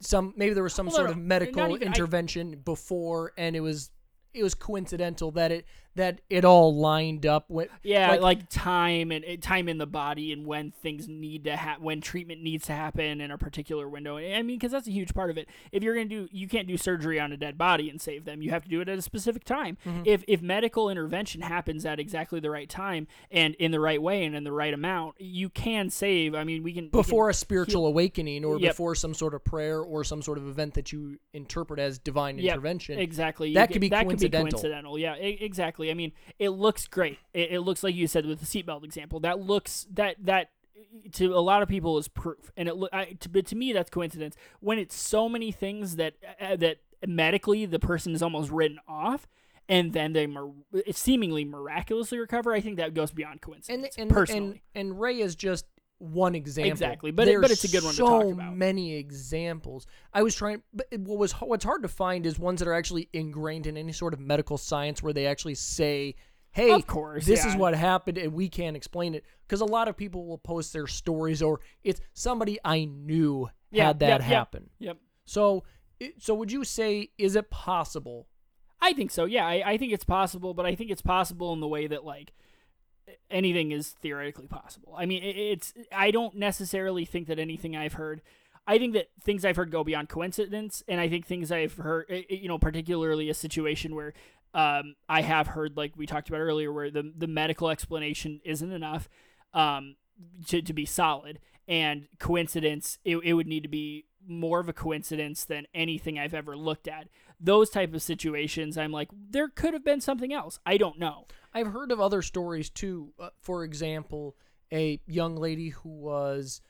some maybe there was some Well, no, sort no, of not medical even- I- intervention before, and it was it was coincidental that it that it all lined up with yeah, like, time and uh, time in the body and when things need to happen, when treatment needs to happen in a particular window. I mean, because that's a huge part of it. If you're gonna do, you can't do surgery on a dead body and save them. You have to do it at a specific time. If if medical intervention happens at exactly the right time and in the right way and in the right amount, you can save. I mean, we can we can- before a spiritual awakening or Yep. before some sort of prayer or some sort of event that you interpret as divine Yep, intervention. Exactly. You That get- could be that coincidental. Could be coincidental. Yeah, e- exactly. I mean, it looks great. It, it looks like you said with the seatbelt example. That looks that that e, to a lot of people is proof, and it loo- I, to, but to me that's coincidence. When it's so many things that uh, that medically the person is almost written off. And then they mir- seemingly miraculously recover. I think that goes beyond and coincidence. and, personally, and and Ray is just one example. Exactly, but it- but There's it's a good one to so talk about. many examples. I was trying, but it- what was what's hard to find is ones that are actually ingrained in any sort of medical science where they actually say, "Hey, Of course, this is yeah. what happened, and we can't explain it." Because a lot of people will post their stories, or it's somebody I knew Yeah, had that yep, yep, happen. Yep. So, it, so would you say is it possible I think so. Yeah, I, I think it's possible, but I think it's possible in the way that like anything is theoretically possible. I mean, it, it's I don't necessarily think that anything I've heard. I think that things I've heard go beyond coincidence, and I think things I've heard, i- i- you know, particularly a situation where um, I have heard, like we talked about earlier, where the the medical explanation isn't enough um, to to be solid, and coincidence, it, it would need to be more of a coincidence than anything I've ever looked at. Those type of situations, I'm like, there could have been something else. I don't know. I've heard of other stories too. Uh, for example, a young lady who was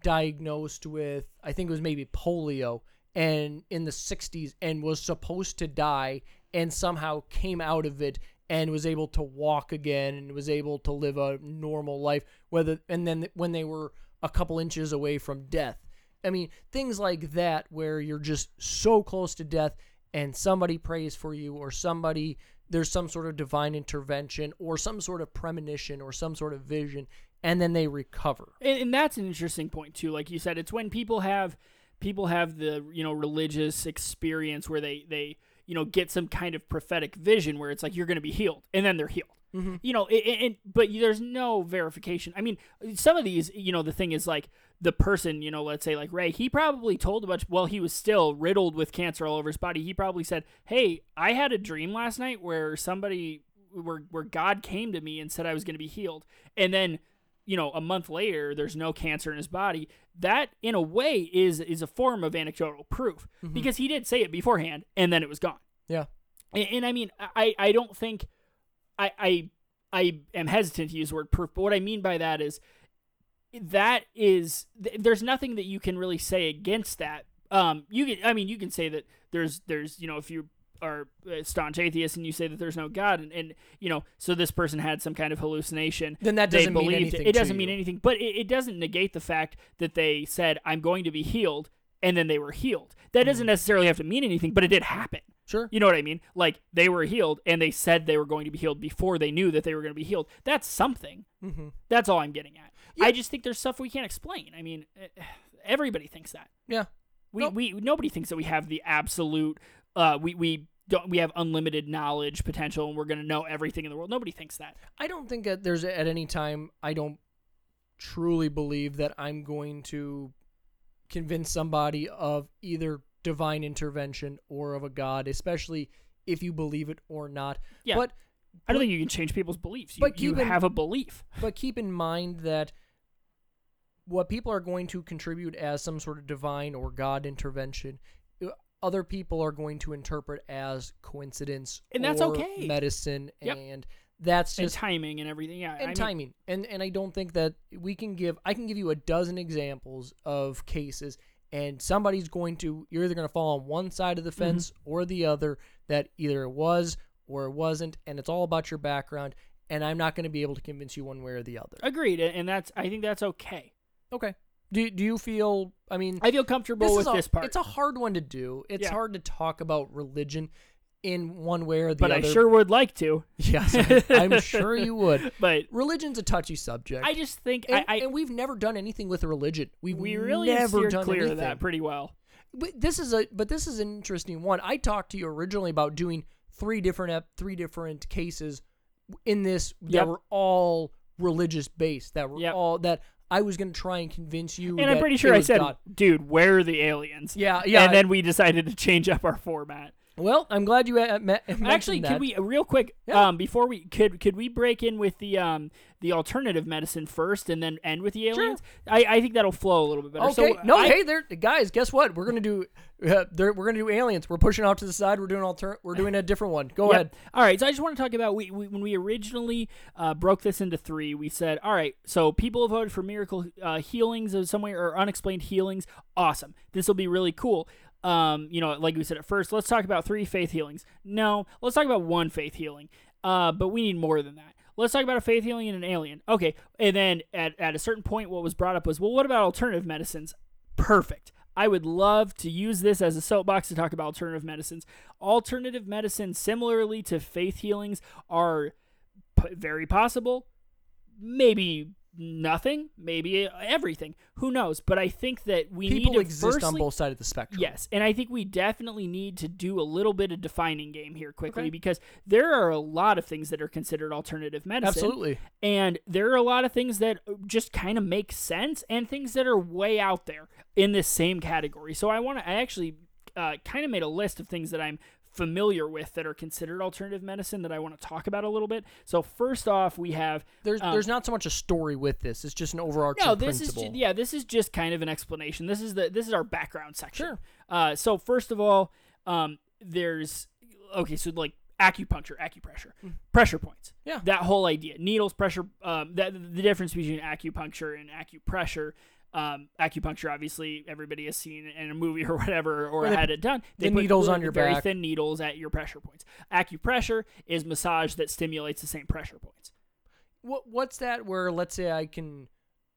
diagnosed with, I think it was maybe polio, and in the 60s, and was supposed to die, and somehow came out of it and was able to walk again and was able to live a normal life. Whether and then when they were a couple inches away from death, I mean things like that where you're just so close to death and somebody prays for you or somebody there's some sort of divine intervention or some sort of premonition or some sort of vision and then they recover and, and that's an interesting point too like you said it's when people have people have the you know religious experience where they they you know get some kind of prophetic vision where it's like you're going to be healed and then they're healed you know it, it, it- but there's no verification i mean some of these you know the thing is like the person you know let's say like ray he probably told a bunch well he was still riddled with cancer all over his body he probably said hey i had a dream last night where somebody where where god came to me and said i was going to be healed and then you know, a month later, there's no cancer in his body. That, in a way, is is a form of anecdotal proof because he did say it beforehand, and then it was gone. Yeah. And, and I mean, I I don't think, I I I am hesitant to use the word proof, but what I mean by that is that is th- there's nothing that you can really say against that. Um, you can I mean you can say that there's there's you know if you are a staunch atheist and you say that there's no God and, and you know so this person had some kind of hallucination Then that they doesn't mean believed it. anything It to doesn't mean you. anything, but it, it doesn't negate the fact that they said I'm going to be healed and then they were healed. That doesn't Mm. necessarily have to mean anything, but it did happen. Sure. You know what I mean? Like they were healed and they said they were going to be healed before they knew that they were going to be healed. That's something. Mm-hmm. That's all I'm getting at. I just think there's stuff we can't explain. I mean, eh, everybody thinks that. Yeah. We, Nope. we nobody thinks that we have the absolute uh we we don't we have unlimited knowledge potential and we're going to know everything in the world. Nobody thinks that. I don't think that there's at any time I don't truly believe that I'm going to convince somebody of either divine intervention or of a god, especially if you believe it or not. Yeah. But I don't think you can change people's beliefs. You, but you Cuban- have a belief. but keep in mind that what people are going to contribute as some sort of divine or god intervention uh, other people are going to interpret as coincidence And that's or okay. medicine Yep. and that's And just timing and everything. Yeah. I and mean, timing and and i don't think that we can give i can give you a dozen examples of cases and somebody's going to you're either going to fall on one side of Mm-hmm. the fence or the other that either it was or it wasn't and it's all about your background and i'm not going to be able to convince you one way or the other agreed and and that's I think that's okay. okay do, do you feel i mean I feel comfortable this with is a, this part. it's a hard one to do it's Yeah. hard to talk about religion in one way or the but other I sure would like to. yes I'm, I'm sure you would But religion's a touchy subject I just think and, I, I and we've never done anything with religion. We've we really have never steered done clear anything. of that pretty well. But this is a but this is an interesting one. I talked to you originally about doing three different ep- three different cases in this Yep. that were all religious based. That were Yep. all that I was going to try and convince you. And I'm that pretty it sure I was said, God. dude, where are the aliens? Yeah, yeah. And then we decided to change up our format. well, I'm glad you uh, me- mentioned Actually, that. could we real quick Yeah. um, before we could could we break in with the um, the alternative medicine first and then end with the aliens? I, I think that'll flow a little bit better. Okay. So no, I- hey there, guys. Guess what? We're gonna do. Uh, there, we're gonna do aliens. We're pushing out to the side. We're doing alter. We're doing a different one. Go Yep. ahead. All right. So I just want to talk about we, we when we originally uh, broke this into three, we said, all right, so people voted for miracle uh, healings of some way or unexplained healings. Awesome. This will be really cool. Um, you know, like we said at first, let's talk about three faith healings. No, let's talk about one faith healing. Uh, but we need more than that. Let's talk about a faith healing and an alien. Okay. And then at, at a certain point, what was brought up was, well, what about alternative medicines? perfect. I would love to use this as a soapbox to talk about alternative medicines. Alternative medicines, similarly to faith healings, are p- very possible. Maybe nothing, maybe everything. Who knows? But I think that we need People to exist on firstly- both sides of the spectrum. Yes, and I think we definitely need to do a little bit of defining game here quickly because there are a lot of things that are considered alternative medicine. Absolutely. And there are a lot of things that just kind of make sense and things that are way out there in this same category. So I want to, I actually uh, kind of made a list of things that I'm familiar with that are considered alternative medicine that I want to talk about a little bit. So first off, we have There's um, there's not so much a story with this. It's just an overarching no, this principle. is ju- yeah, this is just kind of an explanation. This is the this is our background section. Sure. Uh, so first of all, um, there's okay, so like acupuncture, acupressure, pressure points. Hmm. Yeah. that whole idea, needles, pressure. Um, that the difference between acupuncture and acupressure. Um, acupuncture, obviously, everybody has seen in a movie or whatever, or Where they had it done. They the put needles little- on your very back. thin needles at your pressure points. Acupressure is massage that stimulates the same pressure points. What what's that where let's say I can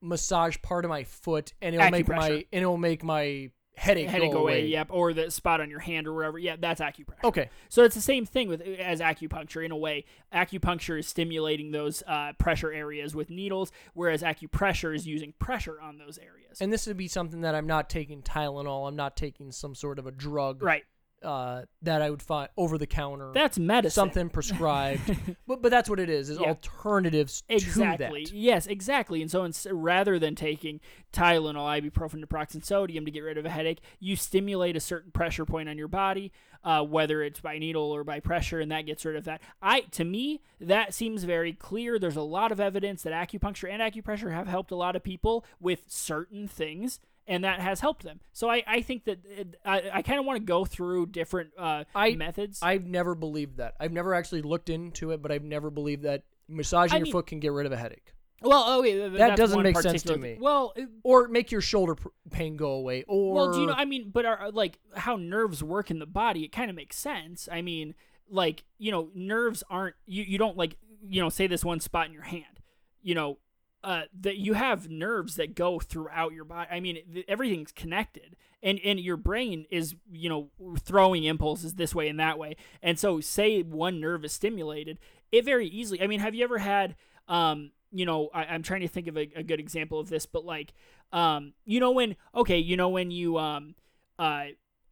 massage part of my foot and it'll make my Acupressure. and it'll make my headache, Headache go away, yep, or the spot on your hand or wherever. Yeah, that's acupressure. Okay. So it's the same thing with as acupuncture in a way. Acupuncture is stimulating those uh, pressure areas with needles, whereas acupressure is using pressure on those areas. And this would be something that I'm not taking Tylenol, I'm not taking some sort of a drug right. uh, that I would find over the counter. That's medicine. something prescribed, but but that's what it is. Is alternatives Exactly. to that. Yes, exactly. And so, ins- rather than taking Tylenol, ibuprofen, naproxen sodium to get rid of a headache, you stimulate a certain pressure point on your body, uh, whether it's by needle or by pressure, and that gets rid of that. I, to me, that seems very clear. There's a lot of evidence that acupuncture and acupressure have helped a lot of people with certain things. And that has helped them. So I, I think that it, I, I kind of want to go through different uh, I- methods. I've never believed that. I've never actually looked into it, but I've never believed that massaging I your mean- foot can get rid of a headache well, okay, th- that's doesn't one make sense to particular me. thing. Well, it- or make your shoulder pr- pain go away. Or Well, do you know? I mean, but are uh, like how nerves work in the body? It kind of makes sense. I mean, like you know, nerves aren't you. You don't like you know say this one spot in your hand. You know, uh, that you have nerves that go throughout your body. I mean, th- everything's connected, and and your brain is you know throwing impulses this way and that way. And so, say one nerve is stimulated, it very easily. I mean, have you ever had um you know I, i'm trying to think of a, a good example of this but like um you know when okay you know when you um uh,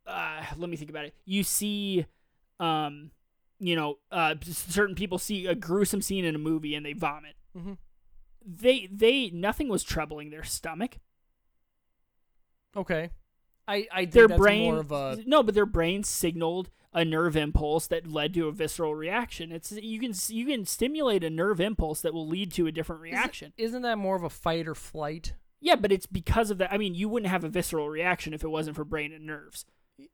uh let me think about it you see um you know uh s- certain people see a gruesome scene in a movie and they vomit Mhm. they they nothing was troubling their stomach okay, I I think their that's brain more of a no but their brain signaled a nerve impulse that led to a visceral reaction it's you can you can stimulate a nerve impulse that will lead to a different reaction Isn't that more of a fight or flight? Yeah, but it's because of that. I mean, you wouldn't have a visceral reaction if it wasn't for brain and nerves.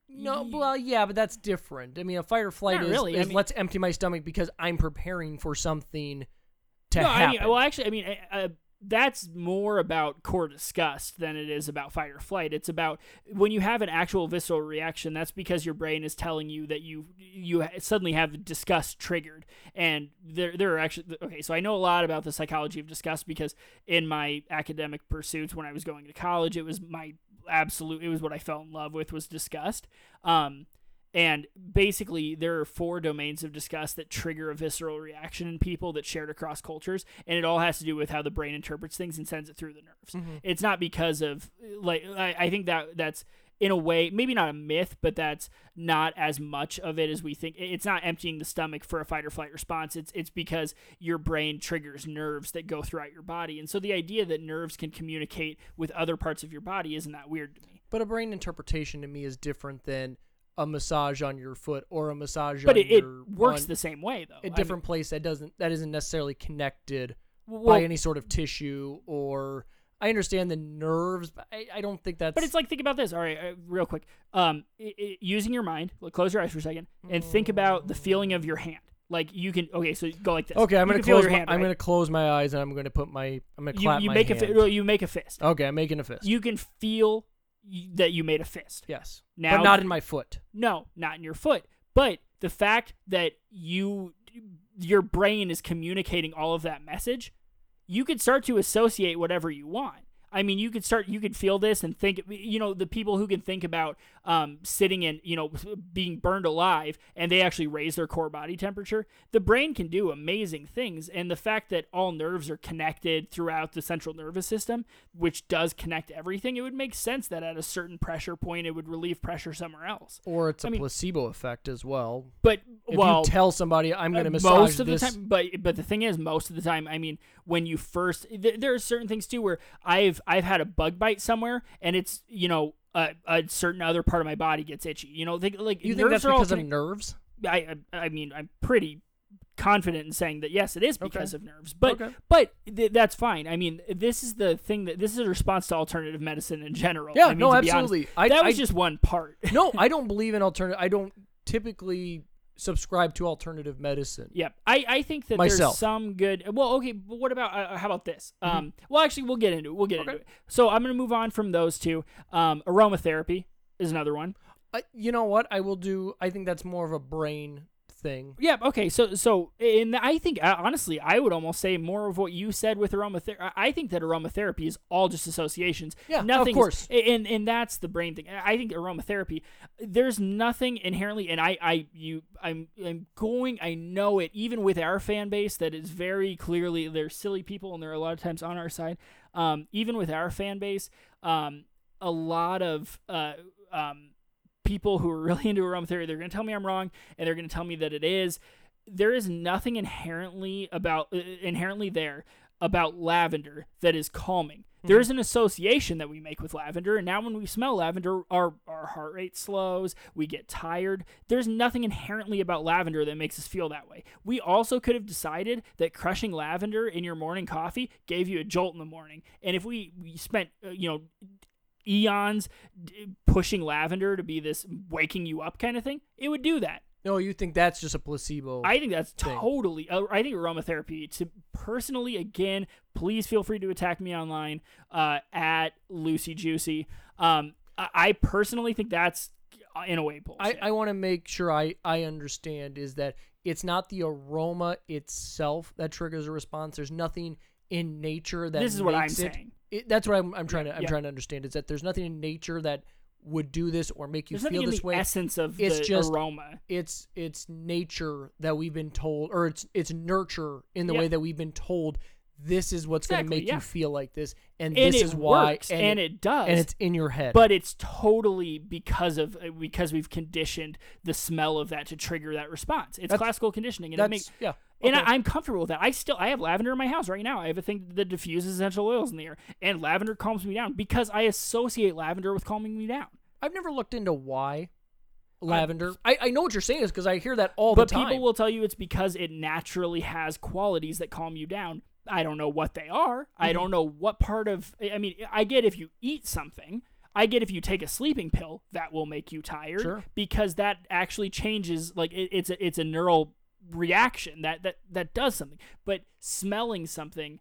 No, Ye- well, yeah, but that's different. I mean, a fight or flight Not is, really, I is mean- let's empty my stomach because I'm preparing for something to no, I happen. mean, well, actually, I mean, uh, uh, that's more about core disgust than it is about fight or flight. It's about when you have an actual visceral reaction. That's because your brain is telling you that you you ha- suddenly have disgust triggered, and there there are actually okay. So I know a lot about the psychology of disgust because in my academic pursuits when I was going to college, it was my absolute. It was what I fell in love with was disgust. Um, And basically, there are four domains of disgust that trigger a visceral reaction in people that's shared across cultures, and it all has to do with how the brain interprets things and sends it through the nerves. Mm-hmm. It's not because of like I, I think that that's in a way maybe not a myth, but that's not as much of it as we think. It- It's not emptying the stomach for a fight or flight response. It's it's because your brain triggers nerves that go throughout your body, and so the idea that nerves can communicate with other parts of your body isn't that weird to me. but a brain interpretation to me is different than a massage on your foot or a massage But on it, it your works on the same way though. I a mean, different place that doesn't that isn't necessarily connected well- by any sort of tissue or I understand the nerves, but I, I don't think that's But it's like think about this. All right, uh, real quick. Um, i i using your mind, look, close your eyes for a second, and think about the feeling of your hand. Like you can. Okay, so go like this. Okay, I'm You gonna can feel close your my, hand, I'm right? gonna close my eyes and I'm gonna put my I'm gonna clap You, you my make a fi- hand. Oh, well, you make a fist. okay, I'm making a fist. You can feel y- that you made a fist. yes. Now- but not in my foot. No, not in your foot, but the fact that you your brain is communicating all of that message, you could start to associate whatever you want. I mean, you could start, you could feel this and think, you know, the people who can think about um, sitting and, you know, being burned alive and they actually raise their core body temperature, the brain can do amazing things. And the fact that all nerves are connected throughout the central nervous system, which does connect everything, it would make sense that at a certain pressure point, it would relieve pressure somewhere else. Or it's a I mean- placebo effect as well. But, If well, you tell somebody I'm going to uh, massage most of this, the time but but the thing is most of the time i mean when you first th- there are certain things too where i've i've had a bug bite somewhere and it's you know a, a certain other part of my body gets itchy you know they, like you nerves think that's are all because of connect- nerves? I, I I mean i'm pretty confident in saying that yes it is because of nerves but Okay. but th- that's fine i mean this is the thing that this is a response to alternative medicine in general Yeah, I mean, no, to be honest. absolutely. I- that was I- just one part no, I don't believe in alternative. I don't typically subscribe to alternative medicine. Yep. I, I think that Myself. Mm-hmm. there's some good. Well, okay, but what about uh, how about this? Um, well, actually, we'll get into it. We'll get into Okay. it. So I'm gonna move on from those two. Um, aromatherapy is another one. I, you know what? I will do. I think that's more of a brain thing. Yeah. Okay. So so and I think uh, honestly, I would almost say more of what you said with aromatherapy. I think that aromatherapy is all just associations. Yeah, of Nothing. course. And and that's the brain thing. I think aromatherapy. There's nothing inherently, and I I you I'm I'm going. I know it. Even with our fan base, that is very clearly they're silly people, and they're a lot of times on our side. Um, even with our fan base, um, a lot of uh um people who are really into Aroma Theory. They're going to tell me I'm wrong, and they're going to tell me that it is. There is nothing inherently about uh, inherently there about lavender that is calming. There is an association that we make with lavender, and now when we smell lavender, our our heart rate slows, we get tired. There's nothing inherently about lavender that makes us feel that way. We also could have decided that crushing lavender in your morning coffee gave you a jolt in the morning, and if we, we spent uh, you know eons d- pushing lavender to be this waking you up kind of thing, it would do that. No, you think that's just a placebo? I think that's totally. Uh, I think aromatherapy. To personally, again, please feel free to attack me online uh, at Lucy Juicy. Um, I, I personally think that's uh, in a way bullshit. I, I want to make sure I, I understand is that it's not the aroma itself that triggers a response. There's nothing in nature that This is what makes I'm it- saying. it- that's what I'm, I'm trying to I'm yeah. trying to understand is that there's nothing in nature that would do this or make you There's nothing feel in this the way. essence of It's the just- aroma. it's it's nature that we've been told or it's it's nurture in the Yeah. way that we've been told this is what's Exactly, going to make yeah. you feel like this and, And this it is why works, and it does. and it's in your head. but it's totally because of uh, because we've conditioned the smell of that to trigger that response. It's That's- classical conditioning, and it that's makes yeah. And okay. I, I'm comfortable with that. I still I have lavender in my house right now. I have a thing that diffuses essential oils in the air, and lavender calms me down because I associate lavender with calming me down. I've never looked into why lavender. I, I know what you're saying is because I hear that all But the time. people will tell you it's because it naturally has qualities that calm you down. I don't know what they are. Mm-hmm. I don't know what part of. I I mean, I get if you eat something. I get if you take a sleeping pill that will make you tired Sure. because that actually changes. Like it, it's a, it's a neural reaction that that that does something. But smelling something.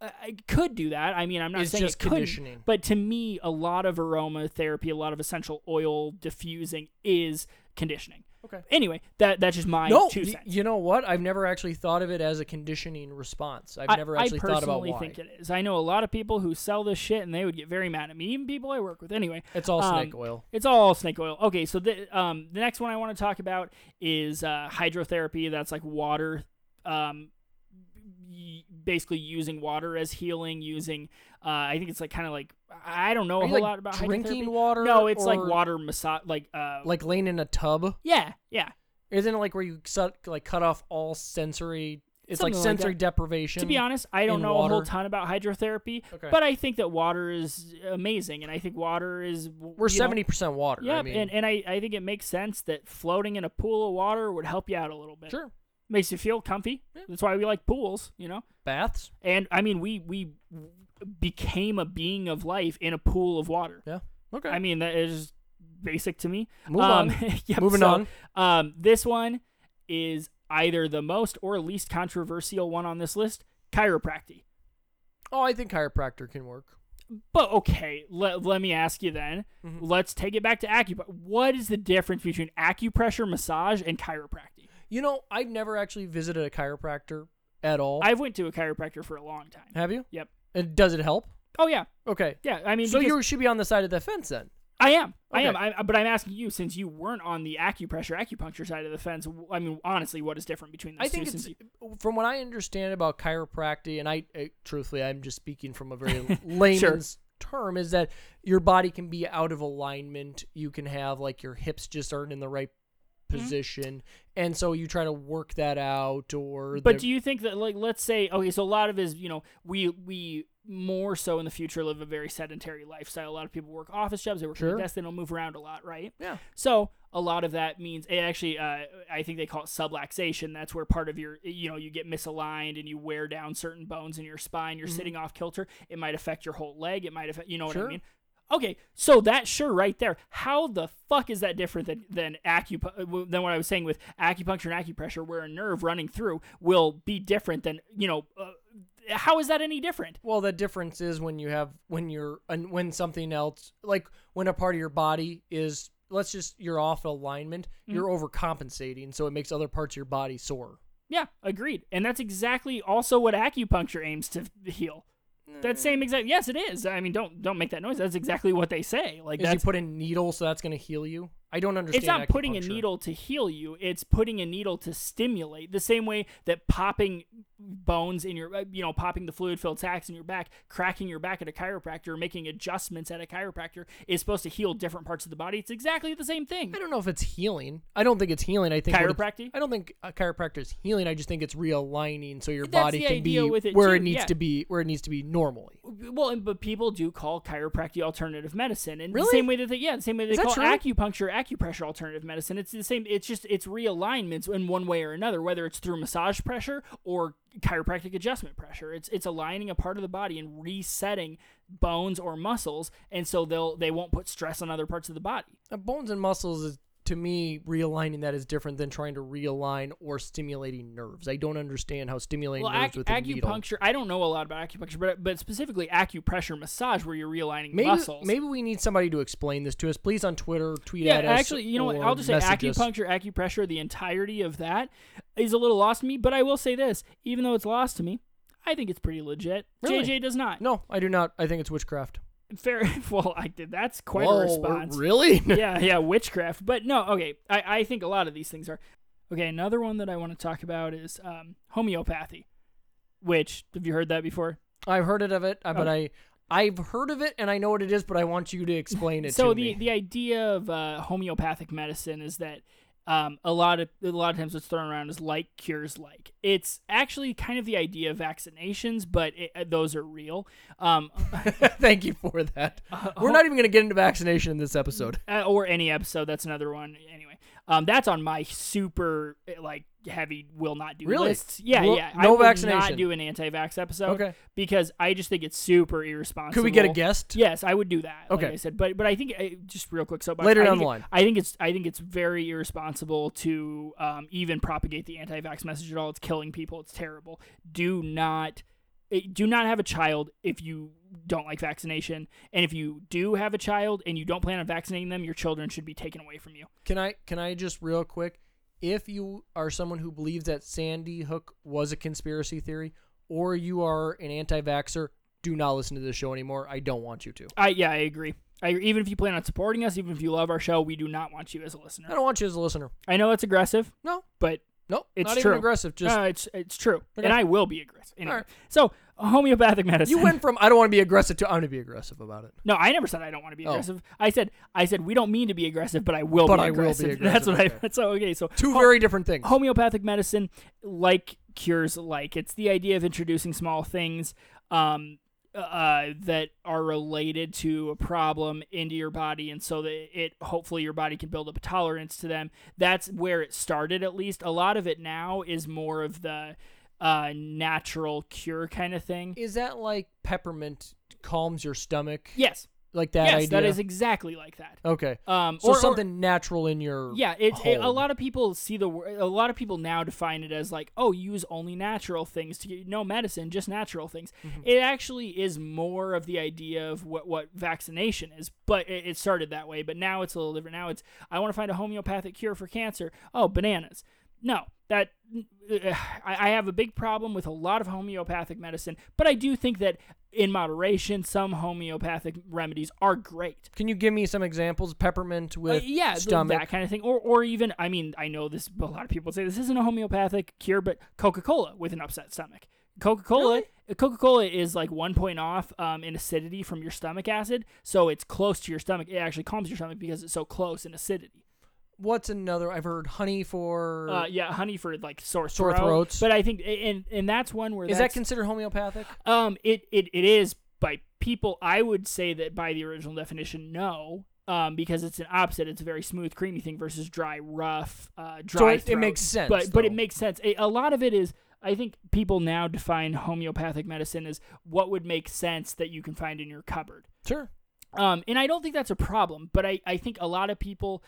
uh, I could do that. I mean, I'm not It's saying just it couldn't, conditioning. but to me, a lot of aroma therapy, a lot of essential oil diffusing is conditioning. Okay. Anyway, that that's just my no, two y- cents. you know what? I've never actually thought of it as a conditioning response. I've I- never I actually thought about personally why. think it is. I know a lot of people who sell this shit, and they would get very mad at me. Even people I work with. Anyway, It's all snake um, oil. It's all snake oil. Okay, so the um the next one I want to talk about is uh, hydrotherapy. That's like water, um, y- basically using water as healing. Using uh, I think it's like kind of like I don't know Are a you, whole like, lot about drinking hydrotherapy. water. No, it's like or, water massage. Like uh, like laying in a tub. yeah, yeah. Isn't it like where you su- like cut off all sensory? It's like Something like sensory that. deprivation. To be honest, I don't in know a whole water. ton about hydrotherapy, Okay. but I think that water is amazing, and I think water is we're you know, seventy percent water. Yep, I mean, and, and I, I think it makes sense that floating in a pool of water would help you out a little bit. sure, Makes you feel comfy. Yeah. That's why we like pools, you know? baths. And I mean, we, we became a being of life in a pool of water. Yeah. Okay. I mean, that is basic to me. Move um, on. yep, Moving so, on. Um, this one is either the most or least controversial one on this list chiropractic. Oh, I think chiropractor can work. But okay, let, let me ask you then. Mm-hmm. Let's take it back to acupuncture. What is the difference between acupressure massage and chiropractic? You know, I've never actually visited a chiropractor at all. I've went to a chiropractor for a long time. Have you? Yep. And does it help? Oh yeah, Okay. yeah. I mean, So because you should be on the side of the fence then. I am, I Okay. am. I, but I'm asking you since you weren't on the acupressure acupuncture side of the fence. w- I mean, honestly, what is different between those I think two? it's since you- from what I understand about chiropractic, and I, I truthfully, I'm just speaking from a very layman's term, is that your body can be out of alignment. You can have like your hips just aren't in the right Mm-hmm. position, and so you try to work that out. Or But the- do you think that like let's say okay, so a lot of is you know we we more so in the future live a very sedentary lifestyle. A lot of people work office jobs. They work at Sure. their desk. They don't move around a lot, right? yeah, So a lot of that means it actually, uh, I think they call it subluxation. That's where part of your, you know, you get misaligned and you wear down certain bones in your spine. You're sitting off kilter. It might affect your whole leg. It might affect, you know what Sure. I mean? Okay, so that sure right there. How the fuck is that different than than acupu- than what I was saying with acupuncture and acupressure, where a nerve running through will be different than you know? Uh, how is that any different? Well, the difference is when you have when you're and when something else like when a part of your body is let's just you're off alignment, Mm-hmm. you're overcompensating, so it makes other parts of your body sore. Yeah, agreed. And that's exactly also what acupuncture aims to heal. That same exact. Yes, it is. I mean, don't don't make that noise. That's exactly what they say. Like Is you that's. put in needle, so that's going to heal you? I don't understand. It's not putting a acupuncture. needle to heal you. It's putting a needle to stimulate. The same way that popping bones in your, uh, you know, popping the fluid filled sacs in your back, cracking your back at a chiropractor, making adjustments at a chiropractor is supposed to heal different parts of the body. It's exactly the same thing. I don't know if it's healing. I don't think it's healing. I think what it's- Chiropractic? I don't think a chiropractor is healing. I just think it's realigning so your That's body the can be idea with it where it too, needs yeah. to be where it needs to be normally. Well, and, but people do call chiropractic alternative medicine, and Really? the same way that they yeah, the same way they that call true? acupuncture acupressure alternative medicine. It's the same. It's just it's realignments in one way or another, whether it's through massage pressure or chiropractic adjustment pressure. It's it's aligning a part of the body and resetting bones or muscles, and so they'll they won't put stress on other parts of the body. Uh, bones and muscles is to me realigning that is different than trying to realign or stimulating nerves. I don't understand how stimulating Well, nerves ac- with a needle. acupuncture. I don't know a lot about acupuncture, but but specifically acupressure massage, where you're realigning Maybe muscles. maybe we need somebody to explain this to us. Please on Twitter, tweet Yeah, at us. actually, you know what? or I'll just say message us. acupuncture, acupressure, the entirety of that is a little lost to me, but I will say this, even though it's lost to me, I think it's pretty legit. Really? JJ does not. No, I do not. I think it's witchcraft. Fair well, I did that's quite Whoa, a response. Really? yeah, yeah, witchcraft. But no, okay. I, I think a lot of these things are. Okay, another one that I want to talk about is um, homeopathy. Which have you heard that before? I've heard it of it, uh, Oh. but I I've heard of it and I know what it is, but I want you to explain it so to the me. the idea of uh, homeopathic medicine is that um, a lot of a lot of times what's thrown around is like cures like. It's actually kind of the idea of vaccinations, but it, uh, those are real. Um, Thank you for that. We're not even going to get into vaccination in this episode. uh, or any episode that's another one. Anyway, um, that's on my super uh, like heavy will not do Really? lists. Yeah, Will- yeah. I no will vaccination. Not do an anti-vax episode. Okay. Because I just think it's super irresponsible. Could we get a guest? Yes, I would do that. Okay. like I said, but but I think uh, just real quick. So Later I down think the it- line. I think it's I think it's very irresponsible to um, even propagate the anti-vax message at all. It's killing people. It's terrible. Do not it- do not have a child if you don't like vaccination, and if you do have a child and you don't plan on vaccinating them, your children should be taken away from you. Can I can I just real quick if you are someone who believes that Sandy Hook was a conspiracy theory or you are an anti-vaxxer, do not listen to this show anymore. I don't want you to. I yeah, I agree. I, even if you plan on supporting us, even if you love our show, we do not want you as a I listener. don't want you as a listener. I know it's aggressive, No. but No. It's not true. even aggressive. Just uh, it's it's true, Okay. and I will be aggressive. Anyway, All right. so homeopathic medicine. you went from I don't want to be aggressive to I'm going to be aggressive about it. No, I never said I don't want to be Oh. aggressive. I said I said we don't mean to be aggressive, but I will. But be I will be aggressive. That's aggressive, what I. So okay, so Two ho- very different things. homeopathic medicine, like cures, like it's the idea of introducing small things, um, uh, that are related to a problem into your body, and so that it hopefully your body can build up a tolerance to them. That's where it started, at least. A lot of it now is more of the uh natural cure kind of thing. Is that like peppermint calms your stomach? Yes. Like that yes, idea. that is exactly like that. okay. Um, So or, or- something natural in your yeah, it's it, a home. lot of people see the word. A lot of people now define it as like, oh, use only natural things to get no medicine, just natural things. It actually is more of the idea of what what vaccination is, but it, it started that way. But now it's a little different. Now it's I want to find a homeopathic cure for cancer. Oh, bananas. No, that uh, I, I have a big problem with a lot of homeopathic medicine, but I do think that in moderation, some homeopathic remedies are great. Can you give me some examples? Peppermint Uh, with yeah, th- stomach. that kind of thing, or or even I mean, I know this. A lot of people say this isn't a homeopathic cure, but Coca Cola with an upset stomach. Coca Cola, Coca Cola is like one point off um, in acidity from your stomach acid, so it's close to your stomach. It actually calms your stomach because it's so close in acidity. What's another? I've heard honey for. Uh, yeah, honey for like sore Sore throat. throats. But I think and and that's one where is that that's- considered homeopathic? Um, it, it it is by people. I would say that by the original definition, no. Um, because it's an opposite. It's a very smooth, creamy thing versus dry, rough, uh, dry. it- it throat. makes sense, But but it though. makes sense. A a lot of it is. I think people now define homeopathic medicine as what would make sense that you can find in your cupboard. Sure. Um, and I don't think that's a problem, but I, I think a lot of people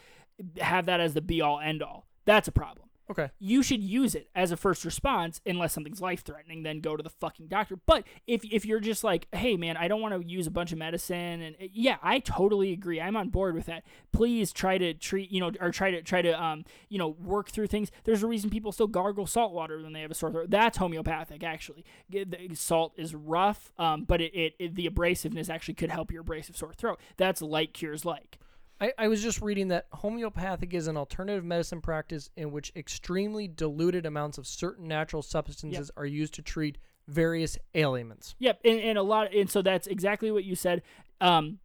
have that as the be all end all. That's a problem Okay. you should use it as a first response unless something's life threatening then go to the fucking doctor but if if you're just like hey man i don't want to use a bunch of medicine and yeah i totally agree i'm on board with that please try to treat you know or try to try to um you know work through things there's a reason people still gargle salt water when they have a sore throat that's homeopathic actually G- the salt is rough um but it, it, it the abrasiveness actually could help your abrasive sore throat that's like cures like I, I was just reading that homeopathic is an alternative medicine practice in which extremely diluted amounts of certain natural substances are used to treat various ailments. Yep, and, and a lot, and so that's exactly what you said. Um,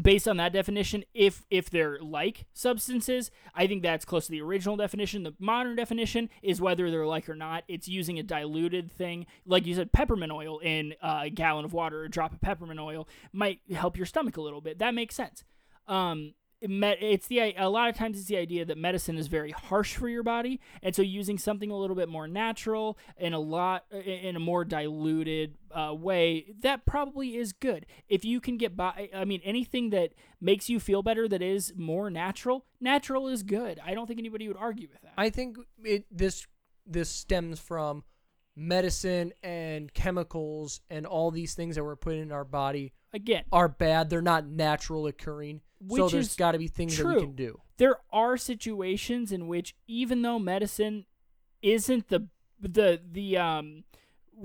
based on that definition, if if they're like substances, I think that's close to the original definition. The modern definition is whether they're like or not. It's using a diluted thing, like you said, peppermint oil in uh, a gallon of water, a drop of peppermint oil might help your stomach a little bit. That makes sense. Um, it me- it's the a lot of times it's the idea that medicine is very harsh for your body, and so using something a little bit more natural and a lot in a more diluted uh, way that probably is good. If you can get by, I mean anything that makes you feel better that is more natural, natural is good. I don't think anybody would argue with that. I think it this this stems from medicine and chemicals and all these things that were put in our body Again, are bad. They're not natural occurring. so Which there's is got to be things that true. we can do. there are situations in which even though medicine isn't the the the um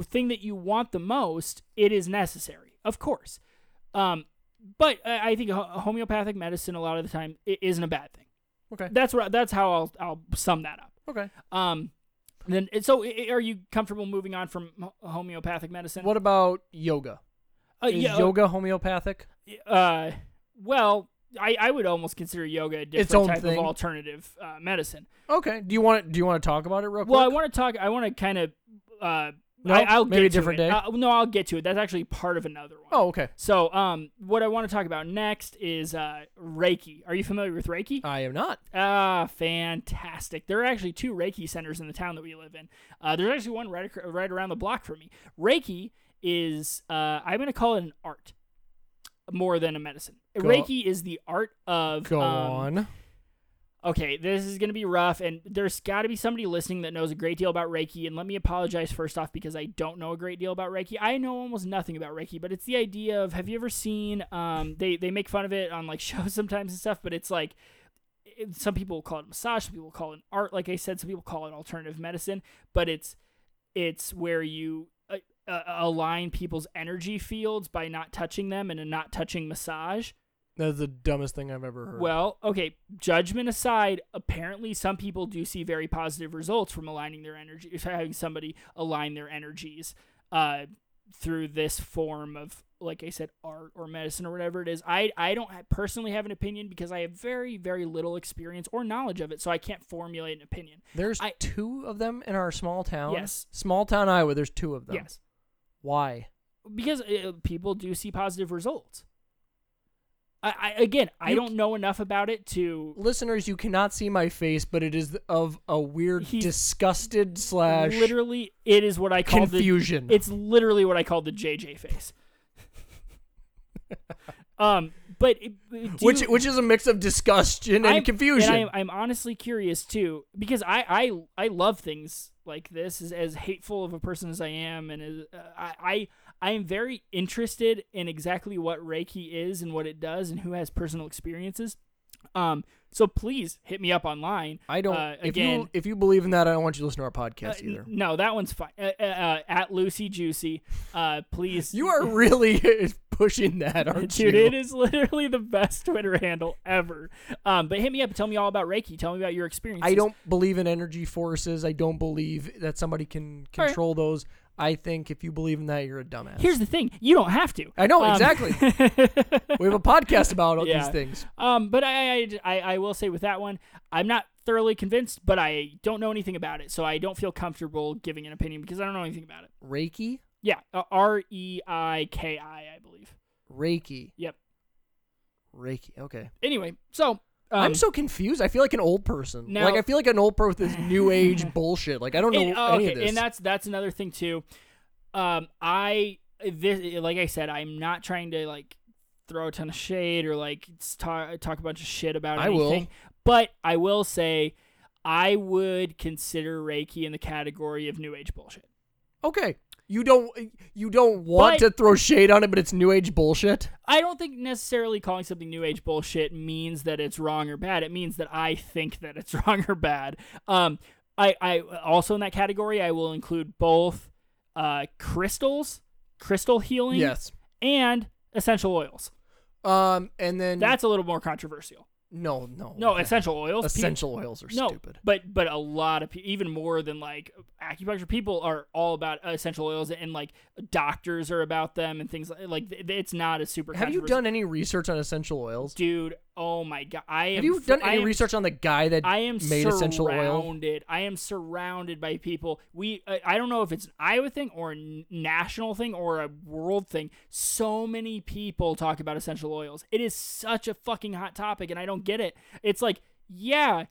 thing that you want the most, it is necessary, of course. Um, but I I think ho- homeopathic medicine a lot of the time i- isn't a bad thing. Okay. That's what I- that's how I'll I'll sum that up. Okay. Um, then and so i- i- are you comfortable moving on from ho- homeopathic medicine? What about yoga? Uh, Is yeah, uh, yoga homeopathic? uh, well, I, I would almost consider yoga a different own type thing. of alternative uh, medicine. Okay. Do you want do you want to talk about it real quick? Well, I want to talk. I want to kind of. Uh, No, I, I'll maybe get a different to it. day. Uh, no, I'll get to it. That's actually part of another one. oh, okay. So, um, what I want to talk about next is uh, Reiki. Are you familiar with Reiki? I am not. Ah, fantastic. There are actually two Reiki centers in the town that we live in. Uh, there's actually one right, acro- right around the block from me. Reiki is, uh, I'm going to call it an art more than a medicine. Reiki is the art of. Go um, on. okay, this is going to be rough, and there's got to be somebody listening that knows a great deal about Reiki. And let me apologize first off because I don't know a great deal about Reiki. I know almost nothing about Reiki, but it's the idea of have you ever seen? Um, they they make fun of it on like shows sometimes and stuff, but it's like. it- Some people call it massage. Some people call it art. Like I said, some people call it alternative medicine. But it's it's where you uh, uh, align people's energy fields by not touching them and a not touching massage. That's the dumbest thing I've ever heard. Well, okay, judgment aside, apparently some people do see very positive results from aligning their energy, having somebody align their energies uh, through this form of, like I said, art or medicine or whatever it is. I, I don't ha- personally have an opinion because I have very, very little experience or knowledge of it, so I can't formulate an opinion. there's I- two of them in our small town. Yes. Small town Iowa. There's two of them. Yes. Why? Because uh, people do see positive results. I, I again, I You don't know enough about it to Listeners, you cannot see my face, but it is of a weird, He's disgusted slash literally. It is what I call the confusion. It's literally what I call the JJ face. um, but it, do which you- which is a mix of disgustion and I'm- confusion. And I'm, I'm honestly curious too because I I, I love things like this as, as hateful of a person as I am, and as, uh, I I I am very interested in exactly what Reiki is and what it does and who has personal experiences. Um, so please hit me up online. I don't. uh, if again. you if you believe in that, I don't want you to listen to our uh, podcast n- either. no, that one's fine. Uh, uh, uh, at Lucy Juicy, uh, please. You are really pushing that, aren't Dude, you? it is literally the best Twitter handle ever. Um, but hit me up and tell me all about Reiki. Tell me about your experience. I don't believe in energy forces. I don't believe that somebody can All right. control those. I think if you believe in that, you're a dumbass. Here's the thing: you don't have to. I know Um, exactly. we have a podcast about all these Yeah. things. Um, but I, I, I, I will say with that one, I'm not thoroughly convinced, but I don't know anything about it, so I don't feel comfortable giving an opinion because I don't know anything about it. Reiki, Yeah, uh, R E I K I, I believe. Reiki, Yep. Reiki. Okay. Anyway, so um, I'm so confused. I feel like an old person. now- like I feel like an old person with this new age bullshit. Like I don't know and, oh, any okay, of this. and that's that's another thing too. Um, I this like I said, I'm not trying to like throw a ton of shade or like talk talk a bunch of shit about I will. anything. But I will say, I would consider Reiki in the category of New Age bullshit. okay. You don't you don't want But- to throw shade on it, but it's new age bullshit. I don't think necessarily calling something new age bullshit means that it's wrong or bad. It means that I think that it's wrong or bad. Um, I, I also in that category I will include both uh, crystals, crystal healing, Yes. and essential oils. Um and then That's a little more controversial. No, no, No, essential oils. pe- essential oils are no, stupid. but but a lot of people, even more than like acupuncture, people are all about essential oils, and like doctors are about them and things like. like th- it's not a super. Have you controversial- done any research on essential oils? dude? Oh my god! I Have am you f- done I any am research on the guy that I am made essential oil? surrounded. I am surrounded by people. We I I don't know if it's an Iowa thing or a n- national thing or a world thing. So many people talk about essential oils. It is such a fucking hot topic and I don't get it. It's like, yeah,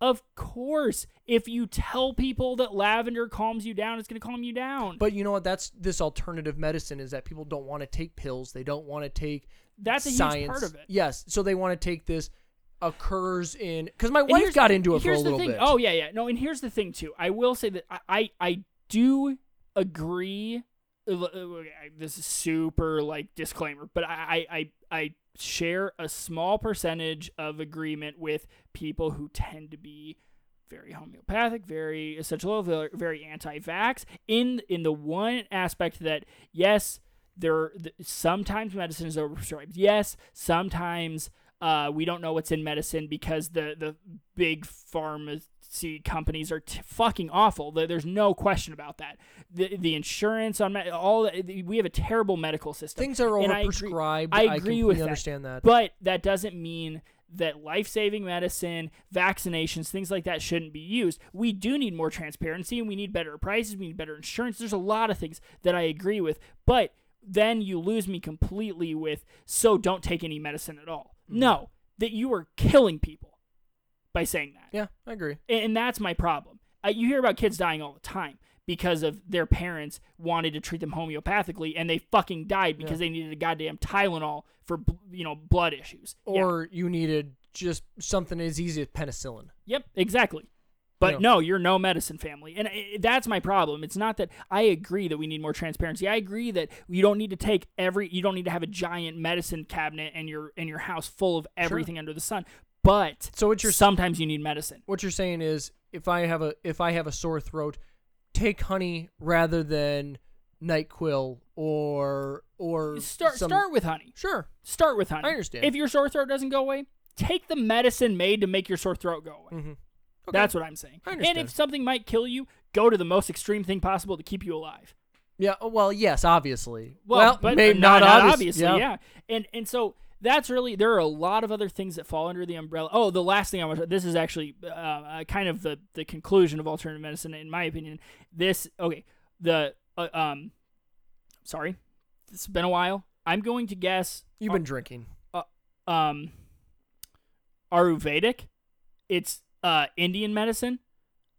of course, if you tell people that lavender calms you down, it's going to calm you down. But you know what? That's this alternative medicine is that people don't want to take pills. They don't want to take That's a science. huge part of it. Yes, so they want to take this occurs in because my And wife here's- got into it for a here's little the thing. bit. Oh yeah, yeah. No, and here's the thing too. I will say that I I, I do agree. l- uh, This is super like disclaimer, but I I I I share a small percentage of agreement with people who tend to be very homeopathic, very essential, oil, ve- very anti-vax. In in the one aspect that yes, there th- sometimes medicine is overprescribed. Yes, sometimes uh, we don't know what's in medicine because the the big pharmacy companies are t- fucking awful. There- There's no question about that. The the insurance on med- all the, we have a terrible medical system. Things are And I agree- overprescribed. I agree with completely that. understand that. But that doesn't mean that life saving medicine, vaccinations, things like that shouldn't be used. We do need more transparency and we need better prices, we need better insurance. There's a lot of things that I agree with. But then you lose me completely with so don't take any medicine at all. No, that you are killing people by saying that. yeah, I agree. And and that's my problem. Uh, you hear about kids dying all the time because of their parents wanted to treat them homeopathically and they fucking died because they needed a goddamn Tylenol for bl- you know blood issues. Yeah. Or you needed just something as easy as penicillin. Yep, exactly. But no, you're no medicine family. And i that's my problem. It's not that I agree that we need more transparency. I agree that you don't need to take every you don't need to have a giant medicine cabinet and your in your house full of everything under the sun. But So what you're sometimes you need medicine. what you're saying is if I have a if I have a sore throat, take honey rather than NyQuil or or Start some, start with honey. Sure. Start with honey. I understand. If your sore throat doesn't go away, take the medicine made to make your sore throat go away. Mm-hmm. That's what I'm saying. Mm, I and understand. if something might kill you, go to the most extreme thing possible to keep you alive. Yeah. oh, Well, yes, obviously. Well, but maybe not, not obvious- obviously, yeah. And and so that's really there are a lot of other things that fall under the umbrella. Oh, the last thing I want to this is actually uh, uh, kind of the the conclusion of alternative medicine in my opinion. This okay, the uh, um sorry. It's been a while. I'm going to guess You've been drinking. um Ayurvedic. It's uh Indian medicine.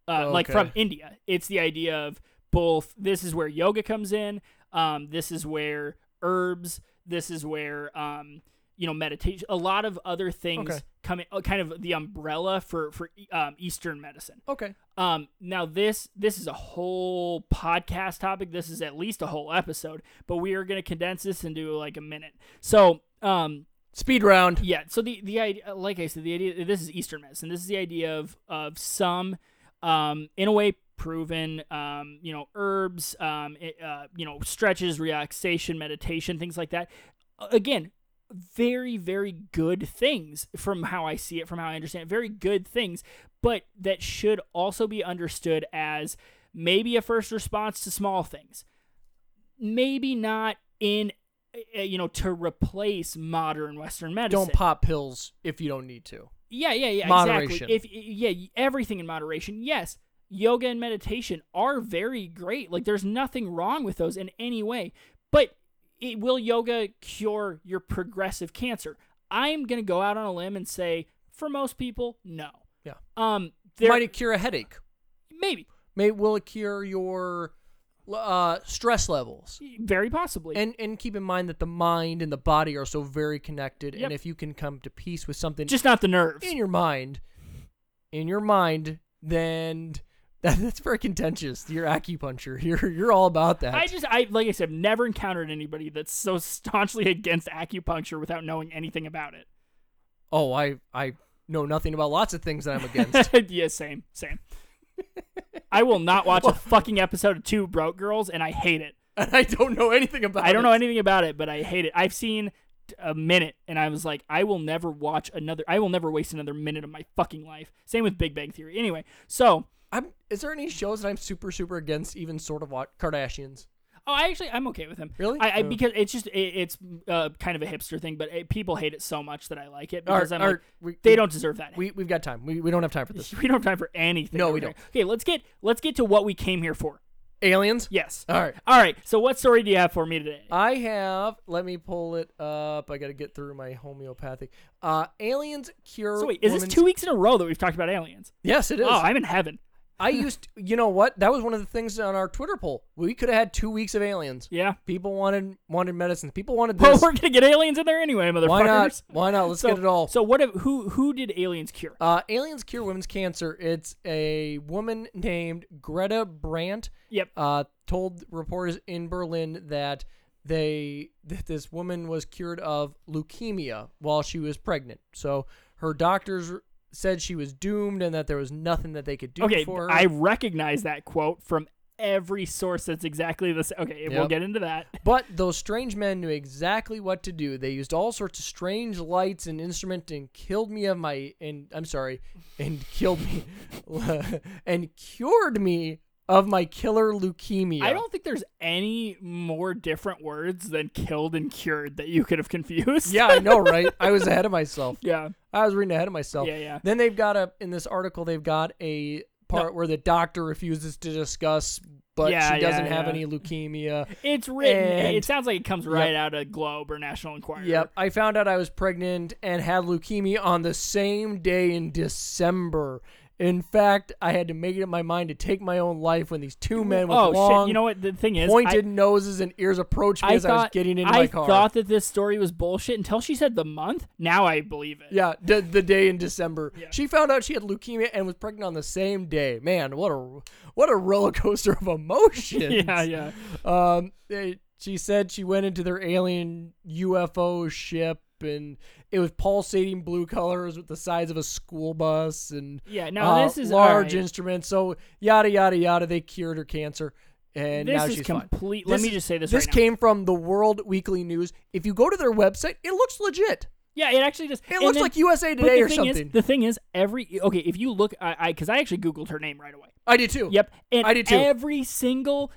Uh like Oh, Okay. from India. It's the idea of both this is where yoga comes in, um this is where herbs, this is where um you know meditation, a lot of other things Okay. come in, uh, kind of the umbrella for for um, eastern medicine. Okay. Um, now this this is a whole podcast topic. This is at least a whole episode, but we are going to condense this into like a minute. So, um, Speed round. yeah. So the the idea, like I said, the idea this is Eastern medicine. This is the idea of of some, um, in a way proven, um, you know, herbs, um, it, uh, you know, stretches, relaxation, meditation, things like that. Again, very very good things from how I see it, from how I understand it. Very good things, but that should also be understood as maybe a first response to small things maybe not in uh, you know to replace modern western medicine Don't pop pills if you don't need to. yeah yeah yeah Moderation. exactly if yeah everything in moderation yes yoga and meditation are very great like there's nothing wrong with those in any way but it, will yoga cure your progressive cancer i'm going to go out on a limb and say for most people no Yeah. um there, Might it cure a headache? maybe May will it cure your uh, stress levels? very possibly And and keep in mind that the mind and the body are so very connected. Yep. And if you can come to peace with something just not the nerves in your mind, in your mind, then that, that's very contentious. Your acupuncture, you're you're all about that. I just, I like I said, I've never encountered anybody that's so staunchly against acupuncture without knowing anything about it. oh, I I know nothing about lots of things that I'm against. yeah, same, same. I will not watch a fucking episode of Two Broke Girls, and I hate it. and I don't know anything about. I don't know it. anything about it, but I hate it. I've seen a minute and I was like, I will never watch another I will never waste another minute of my fucking life. Same with Big Bang Theory. Anyway, so I'm. Is there any shows that I'm super super against? Even sort of what Kardashians. Oh, I actually I'm okay with him. Really? I, I Oh. because it's just it, it's uh, kind of a hipster thing, but it, people hate it so much that I like it Our- because I'm our- like, we- they we- don't deserve that. We we've got time. We we don't have time for this. hate. we don't have time for anything. No, over we here. don't. Okay, let's get let's get to what we came here for. Aliens. Yes. All right. All right. So what story do you have for me today? I have. Let me pull it up. I got to get through my homeopathic. Uh, aliens cure. so wait, is this women's- two weeks in a row that we've talked about aliens? Yes, it is. Oh, I'm in heaven. I used. To, you know what? That was one of the things on our Twitter poll. We could have had two weeks of aliens. Yeah. People wanted wanted medicines. People wanted Well, this. we're gonna get aliens in there anyway, motherfuckers. Why not? Why not? Let's so, get it all. So what? If, who who did aliens cure? Uh, aliens cure women's cancer. It's a woman named Greta Brandt. Yep. Uh, told reporters in Berlin that they that this woman was cured of leukemia while she was pregnant. So her doctors said she was doomed and that there was nothing that they could do okay, for her. I recognize that quote from every source. That's exactly the same. Okay, we'll Yep. get into that. But those strange men knew exactly what to do. They used all sorts of strange lights and instruments and killed me of my and I'm sorry, and killed me and cured me of my killer leukemia. I don't think there's any more different words than killed and cured that you could have confused. Yeah, I know, right? I was ahead of myself. yeah, I was reading ahead of myself. yeah, yeah. Then they've got a in this article they've got a part where the doctor refuses to discuss but Yeah, she yeah, doesn't have yeah. any leukemia. It's written. And- it sounds like it comes right out of Globe or National Enquirer. Yep, I found out I was pregnant and had leukemia on the same day in December. In fact, I had to make it up my mind to take my own life when these two men with Oh long, shit! You know what the thing is? pointed noses and ears approached me I, I as thought I was getting into I my car. thought that this story was bullshit until she said the month. Now I believe it. yeah, the, the day in December, she found out she had leukemia and was pregnant on the same day. Man, what a what a roller coaster of emotions. yeah, yeah. Um, they, she said she went into their alien UFO ship, and it was pulsating blue colors with the size of a school bus, and Yeah, now uh, this is- large alright. instruments. So yada yada yada. They cured her cancer, and now this is she's fine. complete. Let This me is- just say this. This right now. came from the World Weekly News. If you go to their website, it looks legit. Yeah, it actually does. It And looks then- like USA but Today the or thing is- something. the thing is, every okay, if you look, I I because I actually googled her name right away. I did too. Yep. And Oh. I did too. every single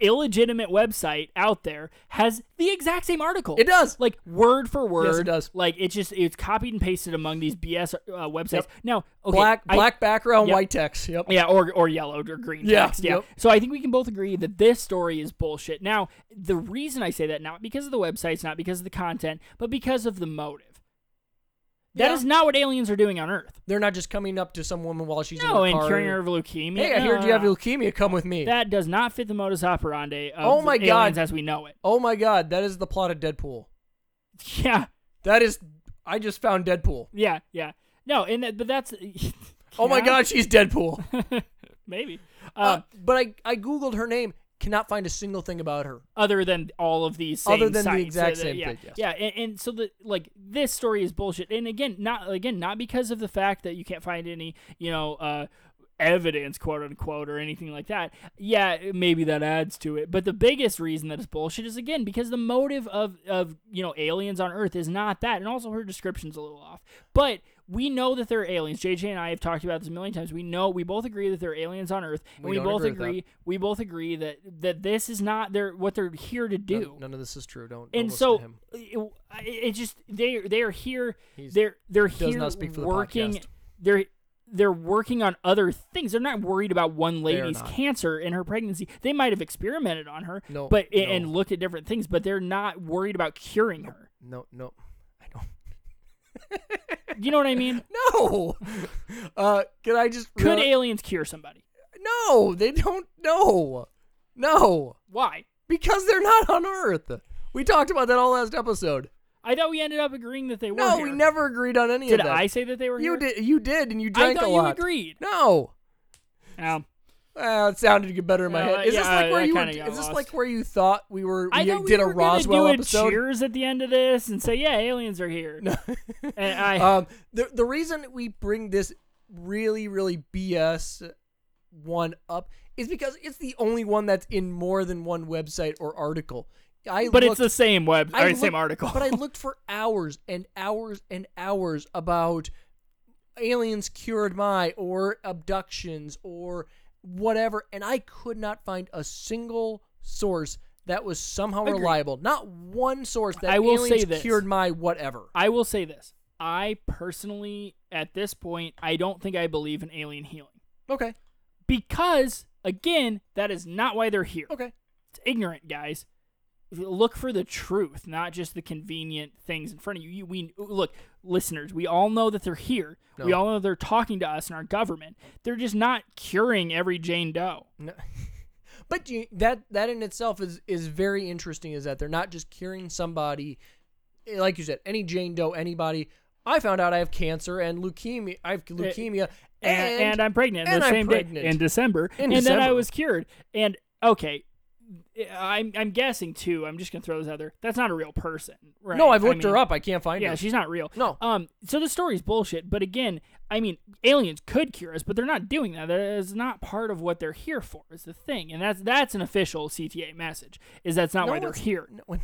illegitimate website out there has the exact same article. It does. Like word for word. does. Like it's just it's copied and pasted among these BS uh, websites. Yep. Now, okay, black I- black background, yep. white text. Yep. yeah, or or yellow or green Yeah, text. Yeah. yep. So I think we can both agree that this story is bullshit. Now, the reason I say that not because of the websites, not because of the content, but because of the motive. That Yeah. is not what aliens are doing on Earth. They're not just coming up to some woman while she's No, in and the car. curing her of leukemia. Hey, I No, heard no, you have no. leukemia. Come with me. That does not fit the modus operandi of Oh my aliens God. as we know it. oh my god, that is the plot of Deadpool. Yeah, That is, I just found Deadpool. yeah, yeah. No, and that, but that's. Oh my Yeah, god, she's Deadpool. Maybe. Uh, Uh, but I I googled her name, cannot find a single thing about her. other than all of these same Other than the sites. exact Uh, same yeah, thing, yes. yeah and, and so the like this story is bullshit and again not again not because of the fact that you can't find any you know uh evidence quote unquote or anything like that yeah maybe that adds to it but the biggest reason that it's bullshit is again because the motive of of you know aliens on earth is not that and also her description's a little off but we know that they're aliens. JJ and I have talked about this a million times. We know we both agree that they're aliens on Earth, and We we don't both agree with that. agree we both agree that that this is not their what they're here to do. None, none of this is true. Don't. don't and listen so to him. it, it just they they are here. He's- they're they're does here not speak for the working. podcast. They're they're working on other things. They're not worried about one They are lady's not. cancer in her pregnancy. They might have experimented on her, No, but no. and looked at different things, but they're not worried about curing her. no, no, I You know what I mean? don't. No. uh, can I just? Could real- aliens cure somebody? no, they don't. No, no, Why? because they're not on Earth. We talked about that all last episode. I thought we ended up agreeing that they were. No, here. we never agreed on any Did of that. I say that they were? You here? did. You did, and you I drank thought a you lot. agreed. No. Um, Uh, it sounded good better in my Uh, head. Is this yeah, like where I you were, kinda got is this lost. like where you thought we were I we thought we did were a gonna Roswell do A episode? cheers at the end of this and say, "Yeah, aliens are here." and I, Um the the reason we bring this really really BS one up is because it's the only one that's in more than one website or article. I But looked, it's the same web or I same looked- article. But I looked for hours and hours and hours about aliens cured my or abductions or whatever, and I could not find a single source that was somehow Agreed. reliable. Not one source that I will aliens say this. cured my whatever. I will say this. I personally, at this point, I don't think I believe in alien healing Okay. because, again, that is not why they're here. Okay. It's ignorant, guys. Look for the truth, not just the convenient things in front of you. you we look, listeners. We all know that they're here. We No. all know they're talking to us and our government. They're just not curing every Jane Doe. No. but you, that that in itself is is very interesting. Is that they're not just curing somebody, eh, like you said, any Jane Doe, anybody. I found out I have cancer and leukemia. I have leukemia, Eh, and, and, and I'm pregnant and the I'm same pregnant. day in December, In and then I December. was cured. And okay, I'm I'm guessing too. I'm just gonna throw this out there. That's not a real person, right? no, I've I looked mean, her up. I can't find Yeah, her. she's not real. No. Um. So the story's bullshit. But again, I mean, aliens could cure us, but they're not doing that. That is not part of what they're here for. Is the thing, and that's that's an official CTA message. Is that's not No, why they're it's- here. no one-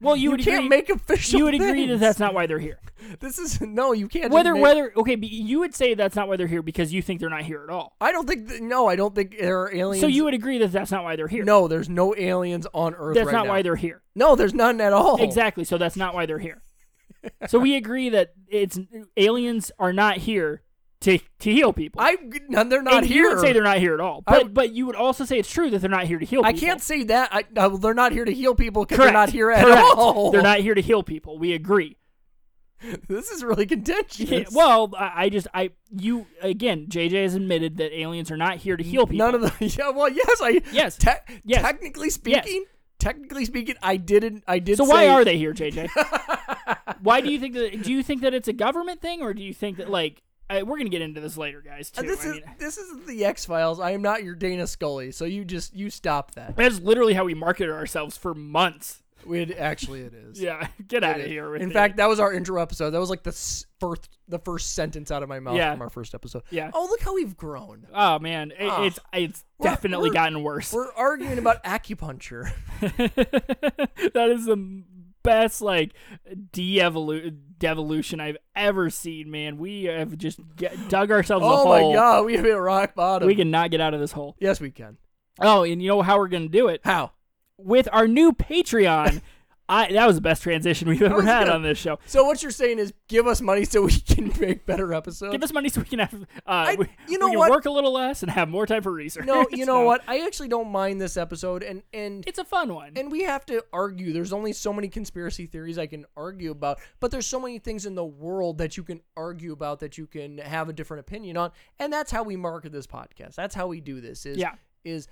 Well, you would can't agree- make official. You would agree that things. that's not why they're here. This is no. You can't. just Whether make- whether okay, but you would say that's not why they're here because you think they're not here at all. I don't think. th- No, I don't think there are aliens. So you would agree that that's not why they're here. No, there's no aliens on Earth. that's right not now. why they're here. No, there's none at all. Exactly. So that's not why they're here. so we agree that it's aliens are not here to to heal people. I. None. They're not and here. You would say they're not here at all. I But would- but you would also say it's true that they're not here to heal. I people. can't say that. I, no, they're not here to heal people because Correct. they're not here at Correct. all. They're not here to heal people. We agree. This is really contentious. Yeah, well, I, I just I you again. JJ has admitted that aliens are not here to heal people. none of the. Yeah. Well, yes. I. Yes. Te- Yes. Technically speaking. Technically speaking, I didn't. I did. So why say- are they here, JJ? why do you think that? Do you think that it's a government thing, or do you think that like I, we're gonna get into this later, guys? Too. Uh, this I is mean, this is the X Files. I am not your Dana Scully, so you just you stop that. that's literally how we marketed ourselves for months. It actually it is. Yeah, get It out of is. here. With In it. fact, that was our intro episode. That was like the s- first the first sentence out of my mouth Yeah. from our first episode. Yeah. Oh, look how we've grown. oh man, it, Ah. it's it's We're- definitely we're- gotten worse. We're arguing about acupuncture. that is the best like de-evolu- devolution I've ever seen. Man, we have just get, dug ourselves a Oh hole. my god, we have hit rock bottom. We cannot get out of this hole. yes, we can. Oh, and you know how we're gonna do it? How? with our new Patreon. I that was the best transition we've ever was had good. on this show. So what you're saying is give us money so we can make better episodes. Give us money so we can have uh, we, you know we can what? work a little less and have more time for research. no, you know So, what? I actually don't mind this episode and and It's a fun one. and we have to argue. There's only so many conspiracy theories I can argue about, but there's so many things in the world that you can argue about that you can have a different opinion on, and that's how we market this podcast. That's how we do this. Is Yeah. is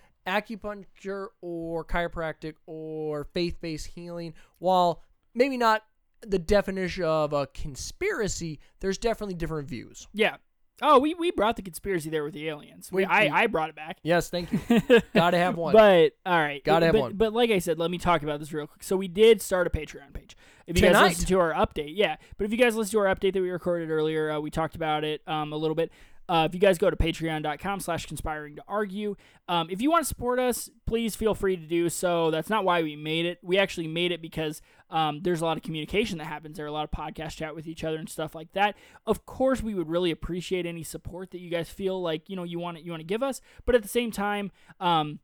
acupuncture or chiropractic or faith-based healing. While maybe not the definition of a conspiracy, there's definitely different views. yeah. Oh, we, we brought the conspiracy there with the aliens. We, We- we- I, I brought it back. Yes, thank you. Gotta have one. But all right, Gotta have but, one. But like I said, let me talk about this real quick. So we did start a Patreon page. If you Tonight. guys listen to our update, yeah. But if you guys listen to our update that we recorded earlier, uh, we talked about it um, a little bit. Uh, if you guys go to patreon.com slash conspiring to argue um, if you want to support us please feel free to do so that's not why we made it we actually made it because um, there's a lot of communication that happens there a lot of podcast chat with each other and stuff like that of course we would really appreciate any support that you guys feel like you know you want you want to give us but at the same time um,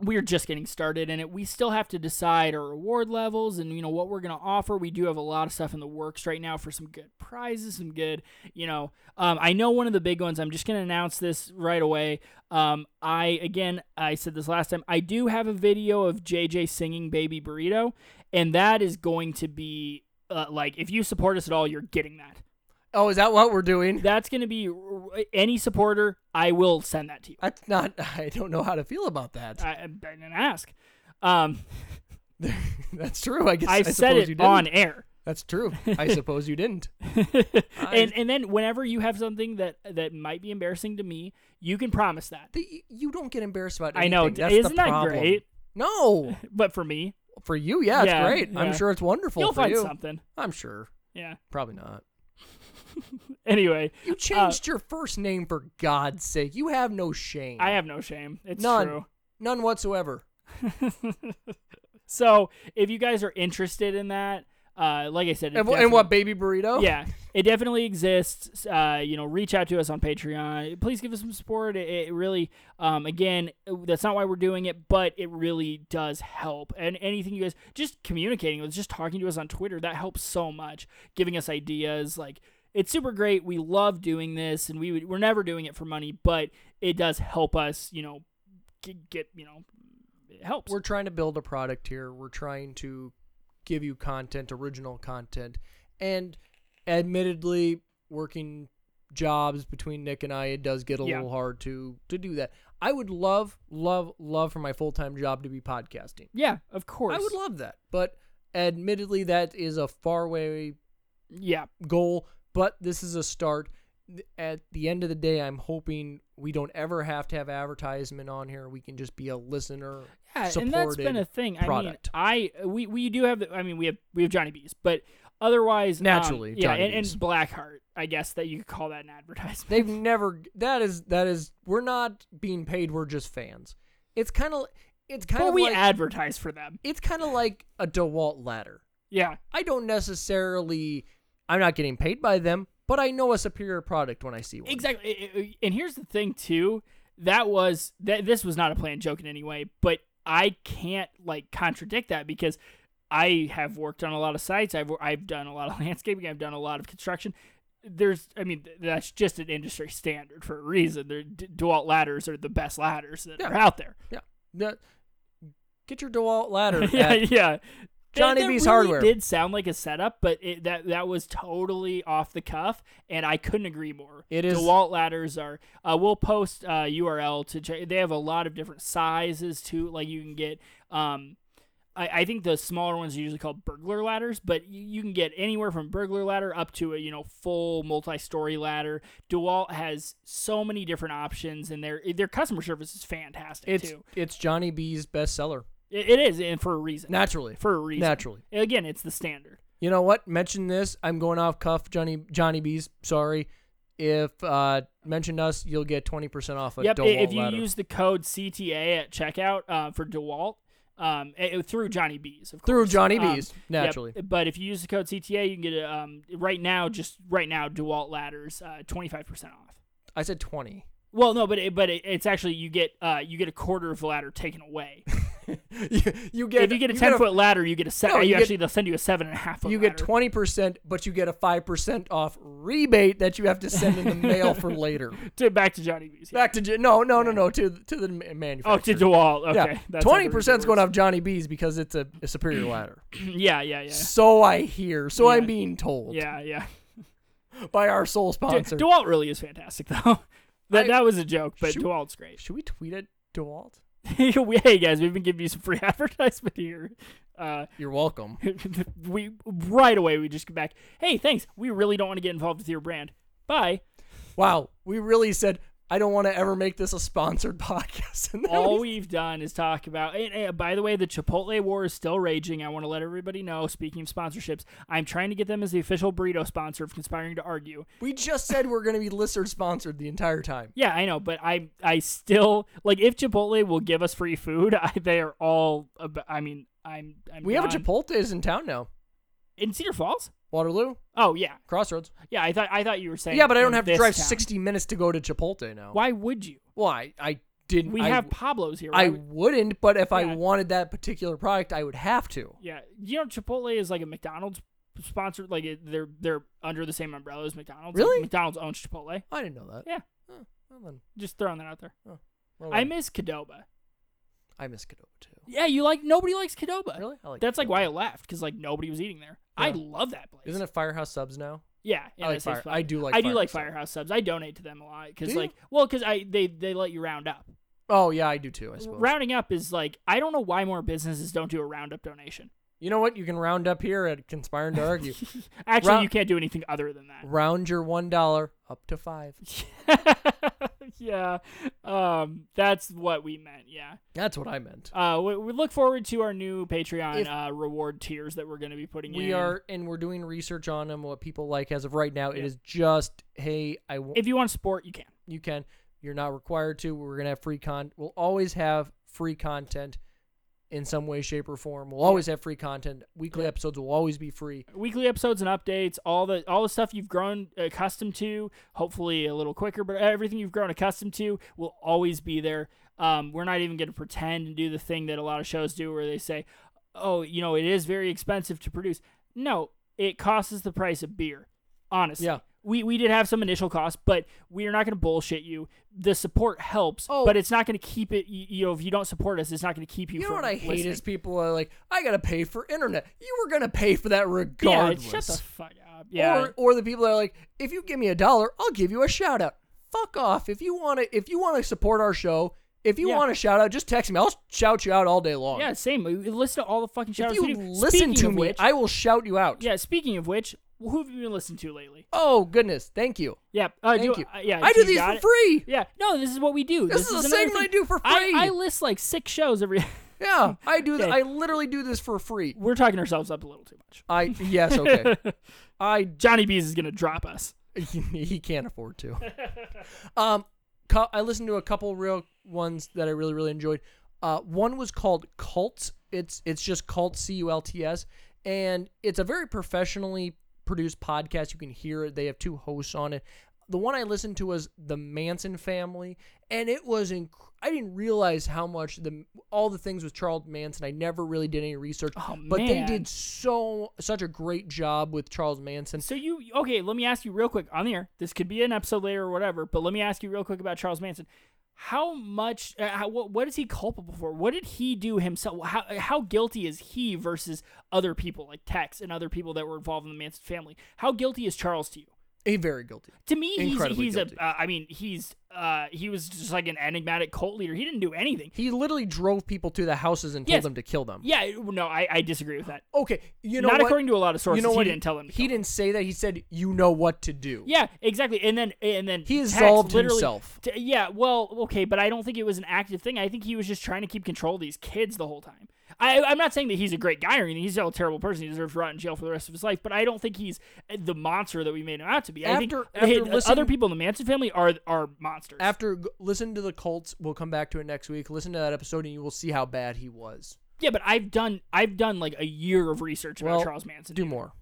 we're just getting started in it. We still have to decide our reward levels and you know what we're going to offer. We do have a lot of stuff in the works right now for some good prizes, some good, you know. Um, I know one of the big ones. I'm just going to announce this right away. Um, I again, I said this last time. I do have a video of JJ singing "Baby Burrito," and that is going to be uh, like if you support us at all, you're getting that. oh, is that what we're doing? That's going to be any supporter. I will send that to you. That's not. I don't know how to feel about that. I, I didn't ask. Um, That's true. I guess I, I said suppose you it didn't. on air. That's true. I suppose you didn't. and and then whenever you have something that that might be embarrassing to me, you can promise that. The, you don't get embarrassed about I anything. know, That's isn't the that problem. great? No, But for me, for you, yeah, it's Yeah, great. yeah. I'm sure it's wonderful you'll for find Uh, you. something. I'm sure. Yeah. Probably not. Anyway, You changed your first name for God's sake. You have no shame. I have no shame. It's None. true. None whatsoever. So if you guys are interested in that, uh, like I said, it And, wh- and definitely- what baby burrito? yeah, it definitely exists. Uh, you know, reach out to us on Patreon. Please give us some support. It, it really, um, again, that's not why we're doing it, but it really does help. And anything you guys just communicating with, just talking to us on Twitter, that helps so much. Giving us ideas, like it's super great. We love doing this, and we would, we're never doing it for money, but it does help us. You know, g- get you know, it helps. We're trying to build a product here. We're trying to give you content, original content. And admittedly, working jobs between Nick and I, it does get a Yeah. little hard to to do that. I would love, love, love for my full time job to be podcasting. yeah, of course. I would love that. But admittedly, that is a far way yeah, goal, but this is a start. Th- At the end of the day, I'm hoping we don't ever have to have advertisement on here. We can just be a listener. Yeah, and that's been supported a thing. product. I mean, I we we do have. the- I mean, we have we have Johnny Bees, but otherwise, um, Naturally, yeah, Johnny and, and B's. Blackheart. I guess that you could call that an advertisement. They've never. That is. That is. We're not being paid. We're just fans. It's kind of. It's kind but of we like. advertise for them. it's kind of like a Dewalt ladder. Yeah, I don't necessarily. I'm not getting paid by them, but I know a superior product when I see one. exactly. I- I- And here's the thing too. That was that. This was not a planned joke in any way, but I can't like contradict that because I have worked on a lot of sites. I've I've done a lot of landscaping. I've done a lot of construction. There's, I mean, th- that's just an industry standard for a reason. The D- Dewalt ladders are the best ladders that Yeah. are out there. The- get your Dewalt ladder. yeah, at- yeah. Johnny That- that B's really Hardware. did sound like a setup, but it, that that was totally off the cuff, and I couldn't agree more. It is- Dewalt ladders are. Uh, we'll post uh, URL to check. They have a lot of different sizes too. Like you can get. Um, I, I think the smaller ones are usually called burglar ladders, but you, you can get anywhere from burglar ladder up to a you know full multi-story ladder. Dewalt has so many different options, and their their customer service is fantastic It's too. it's Johnny B's bestseller. It, it is, and for a reason. Naturally. for a reason. Naturally. Again, it's the standard. You know what? Mention this. I'm going off cuff, Johnny Johnny B's. Sorry, if uh mentioned us, you'll get twenty percent off a yep. i- Dole If you ladder. use the code CTA at checkout uh, for Dewalt, um, it, it- through Johnny B's, of course. through Johnny Um, B's, yep, naturally. but if you use the code CTA, you can get a, um, right now, just right now, Dewalt ladders, twenty five percent off. I said twenty. Well, no, but it, but it, it's actually you get uh, you get a quarter of the ladder taken away. you, you get if you get a ten foot ladder, you get a seven. No, you you get- actually they'll send you a seven and a half foot. You get ladder. twenty percent, but you get a five percent off rebate that you have to send in the mail for later. to, back to Johnny B's. yeah. Back to J- no, no, no, no to the- to the ma- oh manufacturer. to Dewalt. Okay, yeah, how the twenty percent's rebate going works. off Johnny B's because it's a, a superior ladder. yeah, yeah, yeah, So I hear. So Yeah. I'm being told yeah, yeah. by our sole De- sponsor. Dewalt really is fantastic, though. that, I- that was a joke, but Shoot. Dewalt's great. Should we tweet at Dewalt? We- hey guys, we've been giving you some free advertisement here. Uh, You're welcome. we right away we just get back. Hey, thanks. We really don't want to get involved with your brand. Bye. Wow, we really said I don't want to ever make this a sponsored podcast. And then All we- we've done is talk about. And, and by the way, the Chipotle war is still raging. I want to let everybody know. Speaking of sponsorships, I'm trying to get them as the official burrito sponsor of conspiring to argue. we just said we're going to be listener sponsored the entire time. Yeah, I know, but I I still like if Chipotle will give us free food, I, they are all. About, I mean, I'm. I'm We have a down. Chipotle's in town now. in Cedar Falls. Waterloo, Oh yeah, Crossroads. yeah. I thought I thought you were saying. Yeah, but I don't in have to this drive town. 60 minutes to go to Chipotle now. Why would you? Well, I, I didn't. We I, have Pablos here. Why I would- wouldn't, but if Yeah. I wanted that particular product, I would have to. yeah, you know Chipotle is like a McDonald's sponsored. Like it- they're they're under the same umbrella as McDonald's. Like, Really? McDonald's owns Chipotle. I didn't know that. Yeah. Huh, well then, Just throwing that out there. Oh, well I then. miss Cadoba. I miss Cadova too. Yeah, you like nobody likes Cadoba. Really? I like That's like Qdoba. why I left because like nobody was eating there. I Yeah. love that place. Isn't it Firehouse Subs now? Yeah, and like that saves Fire- money. I do like I do like Firehouse. Firehouse subs. I donate to them a lot because Do you? like well because I they they let you round up. Oh yeah, I do too. I suppose. Rounding up is like I don't know why more businesses don't do a roundup donation. You know what? You can round up here at conspiring to argue. Actually, Round- you can't do anything other than that. round your one dollar up to five. yeah, um, that's what we meant. Yeah, That's what I meant. uh, we, we look forward to our new Patreon If- uh, reward tiers that we're going to be putting in. We are, and we're doing research on them. What people like as of right now, it is just, hey, I w- If you want support, you can. you can. You're not required to. We're gonna have free con. We'll always have free content in some way, shape, or form. We'll always have free content. Weekly episodes will always be free. weekly episodes and updates, all the all the stuff you've grown accustomed to, hopefully a little quicker, but everything you've grown accustomed to will always be there. Um, we're not even going to pretend and do the thing that a lot of shows do where they say, "Oh, you know, it is very expensive to produce." No, it costs us the price of beer. Honestly. Yeah. We, we did have some initial costs, but we are not going to bullshit you. The support helps, Oh. but it's not going to keep it. You, you know, if you don't support us, it's not going to keep you. You know from what I hate listening. is people are like, I gotta pay for internet. You were gonna pay for that yeah, regardless. shut the fuck up. Yeah, Or or the people that are like, if you give me a dollar, I'll give you a shout out. Fuck off. If you want to, if you want to support our show, if you Yeah. want a shout out, just text me. I'll shout you out all day long. Yeah, same. We- we Listen to all the fucking shout If outs you we do. listen Speaking to of me, which, I will shout you out. yeah, speaking of which, who have you been listening to lately? Oh goodness, thank you. Yeah, uh, Thank do, you. uh, yeah, I do you these got for it? free. Yeah, no, this is what we do. This is a another segment I thing. do for free. I, I list like six shows every. Yeah, I do. Th- Okay. I literally do this for free. We're talking ourselves up a little too much. I yes, okay. I Johnny Bees is gonna drop us. he can't afford to. um, cou- I listened to a couple real ones that I really really enjoyed. Uh, one was called Cults. It's it's just Cult C U L T S, and it's a very professionally produced podcast. You can hear it. They have two hosts on it. The one I listened to was the Manson family, and it was inc- I didn't realize how much the all the things with Charles Manson. I never really did any research, Oh, but they man. did so such a great job with Charles Manson. So you okay? Let me ask you real quick on the air. This could be an episode later or whatever, but let me ask you real quick about Charles Manson. How much? Uh, how, what, what is he culpable for? What did he do himself? How how guilty is he versus other people like Tex and other people that were involved in the Manson family? How guilty is Charles to you? A very guilty. To me, he's Incredibly he's guilty. a. Uh, I mean, he's uh he was just like an enigmatic cult leader. He didn't do anything. He literally drove people to the houses and told Yes. them to kill them. Yeah, no, I, I disagree with that. Okay, you know Not what? according to a lot of sources. you know he what? didn't tell them. to He kill him. didn't say that. He said, "You know what to do." Yeah, exactly. And then and then He Tex absolved literally- himself. T- yeah, well, okay, but I don't think it was an active thing. I think he was just trying to keep control of these kids the whole time. I, I'm not saying that he's a great guy or anything. He's still a terrible person. He deserves to rot in jail for the rest of his life. But I don't think he's eh, the monster that we made him out to be. I think After- uh, hey, after listening- other people in the Manson family are are monsters. After g- listen to the Colts, we'll come back to it next week. Listen to that episode, and you will see how bad he was. yeah, but I've done I've done like a year of research about Well, Charles Manson. Do more.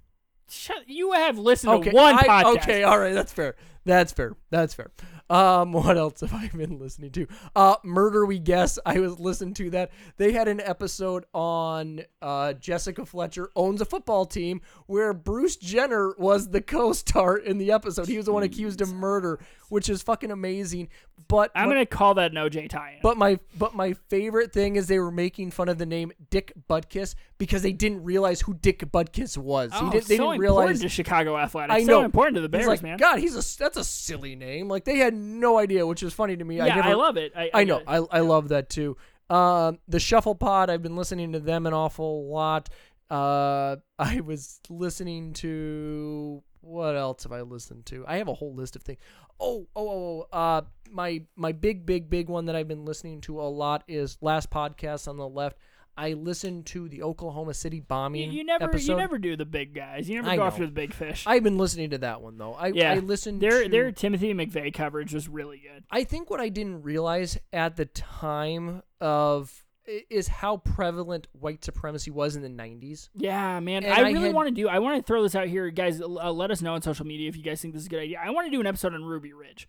Shut, you have listened to one I- podcast. Okay, all right, that's fair. That's fair. That's fair. Um, what else have I been listening to? Uh, Murder We Guess. I was listening to that. They had an episode on uh, Jessica Fletcher owns a football team where Bruce Jenner was the co-star in the episode. He was the one accused of murder, which is fucking amazing. But I'm my- gonna call that an OJ tie-in. but my but my favorite thing is they were making fun of the name Dick Butkus because they didn't realize who Dick Butkus was. oh, he did, they so didn't important realize to Chicago athletics. I know. So important to the Bears, He's like, man. God, he's a that's a silly name. Like they had no idea, which is funny to me. yeah, I, never, I love it. I, I get know. it. I, I love that too. Um, the Shuffle Pod. I've been listening to them an awful lot. Uh, I was listening to what else have I listened to? I have a whole list of things. Oh, oh, oh, oh. Uh, my my big, big, big one that I've been listening to a lot is last podcast on the left. I listened to the Oklahoma City You, bombing. you never, episode. you never do the big guys. You never I go know. after the big fish. I've been listening to that one though. I yeah, I listened. Their to... their Timothy McVeigh coverage was really good. I think what I didn't realize at the time of i- is how prevalent white supremacy was in the 90s. Yeah, man. And I I really had- want to do. I want to throw this out here, guys. l- Uh, let us know on social media if you guys think this is a good idea. I want to do an episode on Ruby Ridge.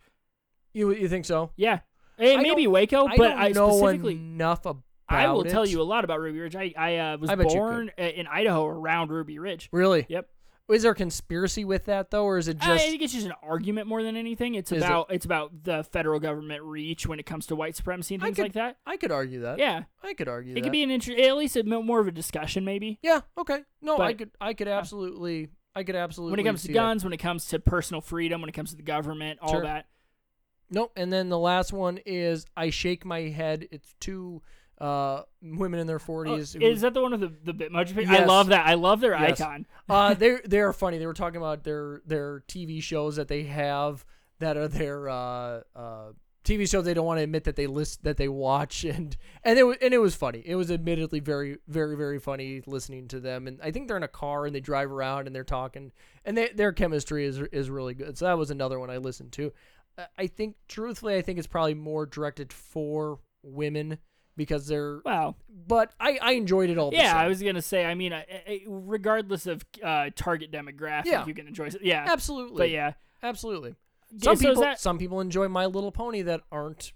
You you think so? Yeah, Hey, I maybe don't- Waco, I Oh, but don't I know specifically. enough about I will it. tell you a lot about Ruby Ridge. I I uh, was I bet you born uh, in Idaho around Ruby Ridge. Really? Yep. Uh, Is there a conspiracy with that though or is it I just think it's just an argument more than anything. It's Is it- about it's about the federal government reach when it comes to white supremacy and I things could- like that. I could argue that. Yeah, I could argue it that. could be an interest, at least a, mo- more of a discussion maybe. Yeah, okay. No, I But- could I could absolutely I could absolutely When it comes to see that. guns, when it comes to personal freedom, when it comes to the government, all Sure. that. Nope. And then the last one is I shake my head. It's two uh, women in their Oh, forties. is that the one with the the Bitmoji? pic? I Yes. love that. I love their Yes. icon. uh, they they are funny. They were talking about their their TV shows that they have that are their uh, uh, TV shows they don't want to admit that they list that they watch and and it was, and it was funny. It was admittedly very very very funny listening to them. And I think they're in a car and they drive around and they're talking and they, their chemistry is is really good. So that was another one I Uh, listened to. I- I think truthfully, I think it's probably more directed for women because they're. Wow. But I, I enjoyed it all. The Yeah, same. I was gonna say. I mean, I, I, regardless of uh, target demographic, Yeah. you can enjoy. s- Yeah, absolutely. but yeah, absolutely. Yeah, Some so is people, that- some people enjoy My Little Pony that aren't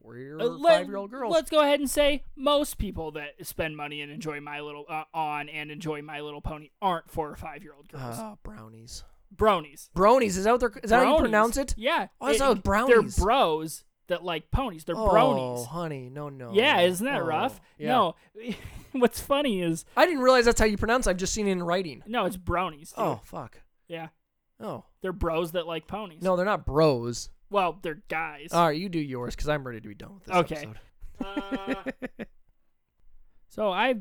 four year uh, or let- five year old girls. Let's go ahead and say most people that spend money and enjoy My Little uh, on and enjoy My Little Pony aren't four or five year old girls. Ah, brownies. bronies. Bronies is out there. Is that how you Bronies. pronounce it? Yeah. Oh, I It- thought brownies. They're bros that like ponies. They're Oh, bronies. honey, no, no. Yeah, isn't that Oh, rough? yeah. No. What's funny is I didn't realize that's how you pronounce. it. I've just seen it in writing. no, it's bronies. Dude. Oh fuck. Yeah. Oh They're bros that like ponies. no, they're not bros. Well, they're guys. All right, you do yours because I'm ready to be done with this Okay. episode. Uh, so I,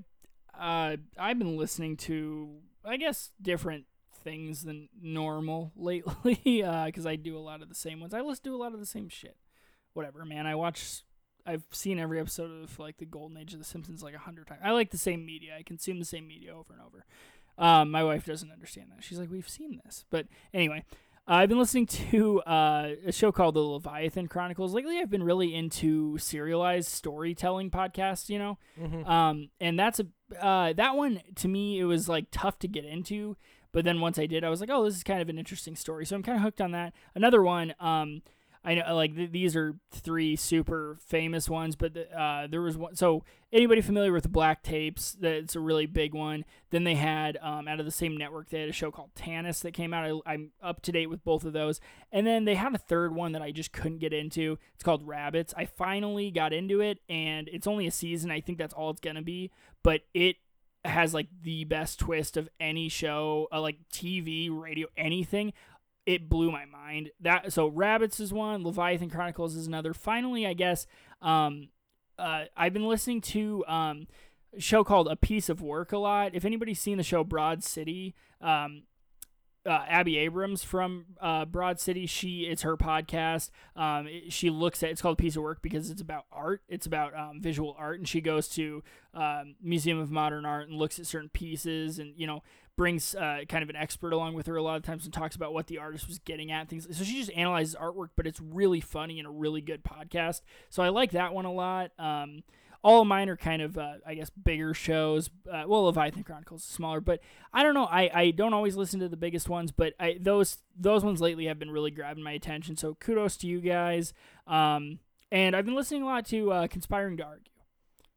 uh, I've been listening to I guess different things than normal lately because I do a lot of the same ones. I listen to a lot of the same shit. Whatever, man. I watch. I've seen every episode of like the Golden Age of The Simpsons like a hundred times. I like the same media. I consume the same media over and over. Um, my wife doesn't understand that. She's like, we've seen this, but anyway. I've been listening to uh, a show called The Leviathan Chronicles. Lately, I've been really into serialized storytelling podcasts, you know? Mm-hmm. Um, and that's a uh, that one to me it was like tough to get into, but then once I did, I was like, oh, this is kind of an interesting story. So I'm kind of hooked on that. Another one, um, I know like th- these are three super famous ones, but the, uh, there was one. So anybody familiar with the Black Tapes? That's a really big one. Then they had um, out of the same network, they had a show called Tanis that came out. I, I'm up to date with both of those. And then they had a third one that I just couldn't get into. It's called Rabbits. I finally got into it, and it's only a season. I think that's all it's gonna be. But it has like the best twist of any show, uh, like TV, radio, anything. It blew my mind. That so Rabbits is one, Leviathan Chronicles is another. Finally, I guess um, uh, I've been listening to um, a show called A Piece of Work a lot. If anybody's seen the show Broad City, um, uh, Abby Abrams from uh, Broad City. She it's her podcast. Um, it- she looks at it's called Piece of Work because it's about art. It's about um, visual art, and she goes to um, Museum of Modern Art and looks at certain pieces, and you know brings uh, kind of an expert along with her a lot of times and talks about what the artist was getting at things. So she just analyzes artwork, but it's really funny and a really good podcast. So I like that one a lot. Um, all of mine are kind of uh, i guess bigger shows uh, well leviathan chronicles is smaller but i don't know I, I don't always listen to the biggest ones but I, those those ones lately have been really grabbing my attention so kudos to you guys um, and i've been listening a lot to uh, conspiring to argue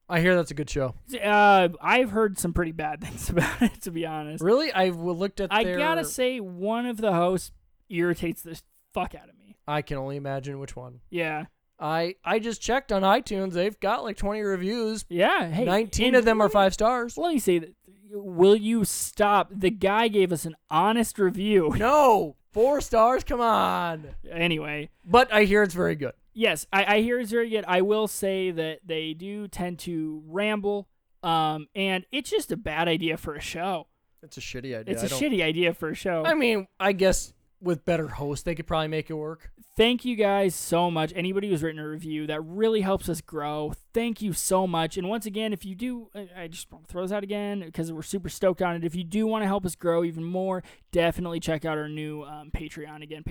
I hear that's a good show. uh, i've heard some pretty bad things about it to be honest Really, I w- looked at. i their, gotta say one of the hosts irritates the fuck out of me I can only imagine which one. yeah I I just checked on iTunes. They've got like 20 reviews. yeah hey 19 and of them are let me- five stars. let me say that will you stop the guy gave us an honest review No, four stars. Come on. anyway, But I hear it's very good. yes, I, I hear it's very good. I will say that they do tend to ramble, um, and it's just a bad idea for a show. It's a shitty idea. It's I a don't- shitty idea for a show. I mean, I guess with better hosts, they could probably make it work. Thank you guys so much. Anybody who's written a review that really helps us grow. Thank you so much. And once again, if you do, I- I just want to throw this out again because we're super stoked on it. If you do want to help us grow even more, definitely check out our new um, Patreon again,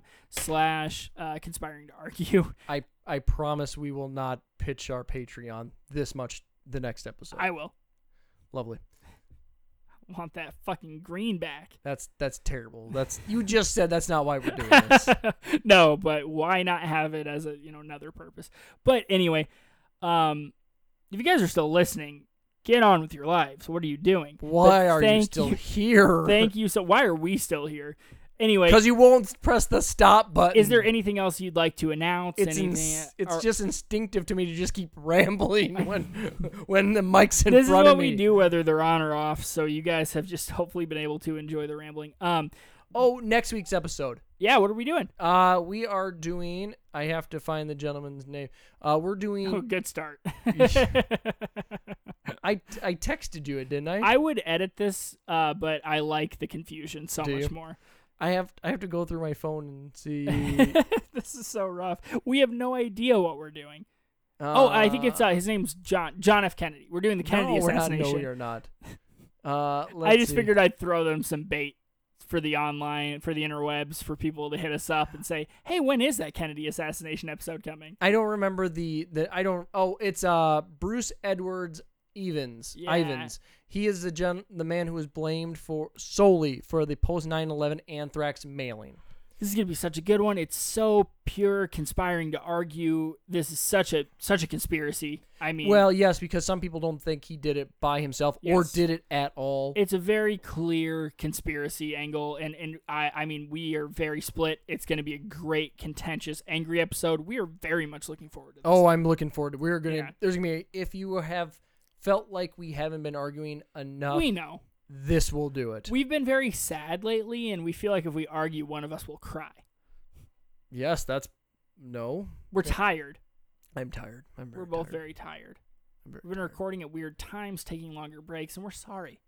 Patreon.com/slash uh, Conspiring to Argue. I I promise we will not pitch our Patreon this much the next episode. I will. Lovely. want that fucking green back. That's that's terrible. That's you just said that's not why we're doing this. no, but why not have it as a you know another purpose? But anyway, um, if you guys are still listening, get on with your lives. What are you doing? Why But are you thank still here? Thank you. So why are we still here? Anyway, Because you won't press the stop button. is there anything else you'd like to announce? It's anything? ins- it's Or- just instinctive to me to just keep rambling when when the mic's in this is front what of me. we do, whether they're on or off. So you guys have just hopefully been able to enjoy the rambling. Um, Oh, next week's episode. yeah. What are we doing? Uh, we are doing. I have to find the gentleman's name. Uh, we're doing. Oh, good start. I I texted you it, didn't I? I would edit this, uh, but I like the confusion so Do much you? more. I have I have to go through my phone and see. this is so rough. We have no idea what we're doing. oh, I think it's uh, his name's John John F. Kennedy. We're doing the Kennedy no, we're not. No, assassination. we are not. Uh, I let's just see. figured I'd throw them some bait for the online for the interwebs for people to hit us up and say, "Hey, when is that Kennedy assassination episode coming?" I don't remember the the I don't oh it's uh Bruce Edwards Evans Yeah. Ivans. He is the gen, the man who was blamed for solely for the post 9/11 anthrax mailing. This is gonna be such a good one. It's so pure conspiring to argue. This is such a such a conspiracy. I mean, Well, yes, because some people don't think he did it by himself or Yes. did it at all. it's a very clear conspiracy angle, and and I I mean we are very split. It's gonna be a great contentious angry episode. We are very much looking forward to this. oh, I'm looking forward to. We're gonna. Yeah. There's gonna be. A, if you have felt like we haven't been arguing enough, we know this will do it. we've been very sad lately, and we feel like if we argue, one of us will cry. yes, that's no. We're tired. I'm tired. I'm very We're both tired. very tired. I'm very We've been tired. recording at weird times, taking longer breaks, and we're sorry.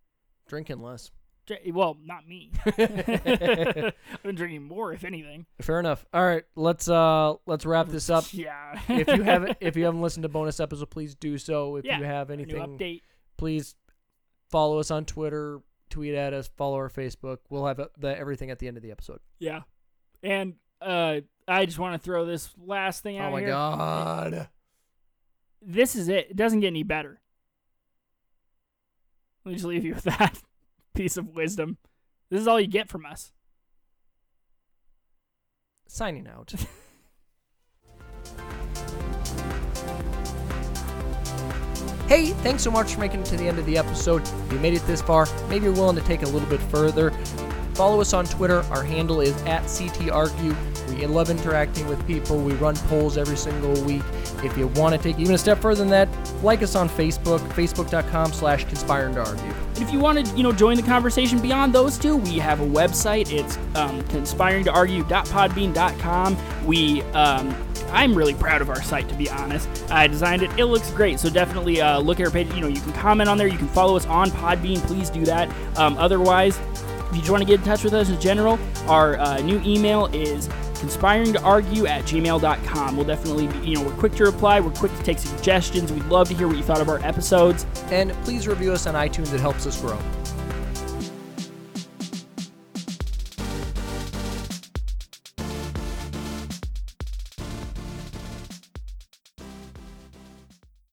drinking less. J- Well, not me. I've been drinking more, if anything. Fair enough. All right, let's uh let's wrap this up. Yeah. if you haven't if you haven't listened to bonus episodes, please do so. If Yeah, you have New anything, update. please follow us on Twitter, tweet at us, follow our Facebook. We'll have uh, the everything at the end of the episode. Yeah. And uh, I just want to throw this last thing out oh my here. god. This is it. It doesn't get any better. Let me just leave you with that piece of wisdom. This is all you get from us. Signing out. Hey, thanks so much for making it to the end of the episode. If you made it this far, maybe you're willing to take a little bit further. Follow us on Twitter. Our handle is at CTRQ. We love interacting with people. We run polls every single week. If you want to take even a step further than that, like us on Facebook, facebook.com slash conspiring to argue. And if you want to, you know, join the conversation beyond those two, we have a website. It's um, conspiringtoargue.podbean.com. We, um, I'm really proud of our site, to be honest. I designed it. It looks great. So definitely uh, look at our page. You know, you can comment on there. You can follow us on Podbean. Please do that. Um, otherwise, if you just want to get in touch with us in general, our uh, new email is conspiringtoargue at gmail.com. We'll definitely be, you know, we're quick to reply. We're quick to take suggestions. We'd love to hear what you thought of our episodes. And please review us on iTunes. It helps us grow.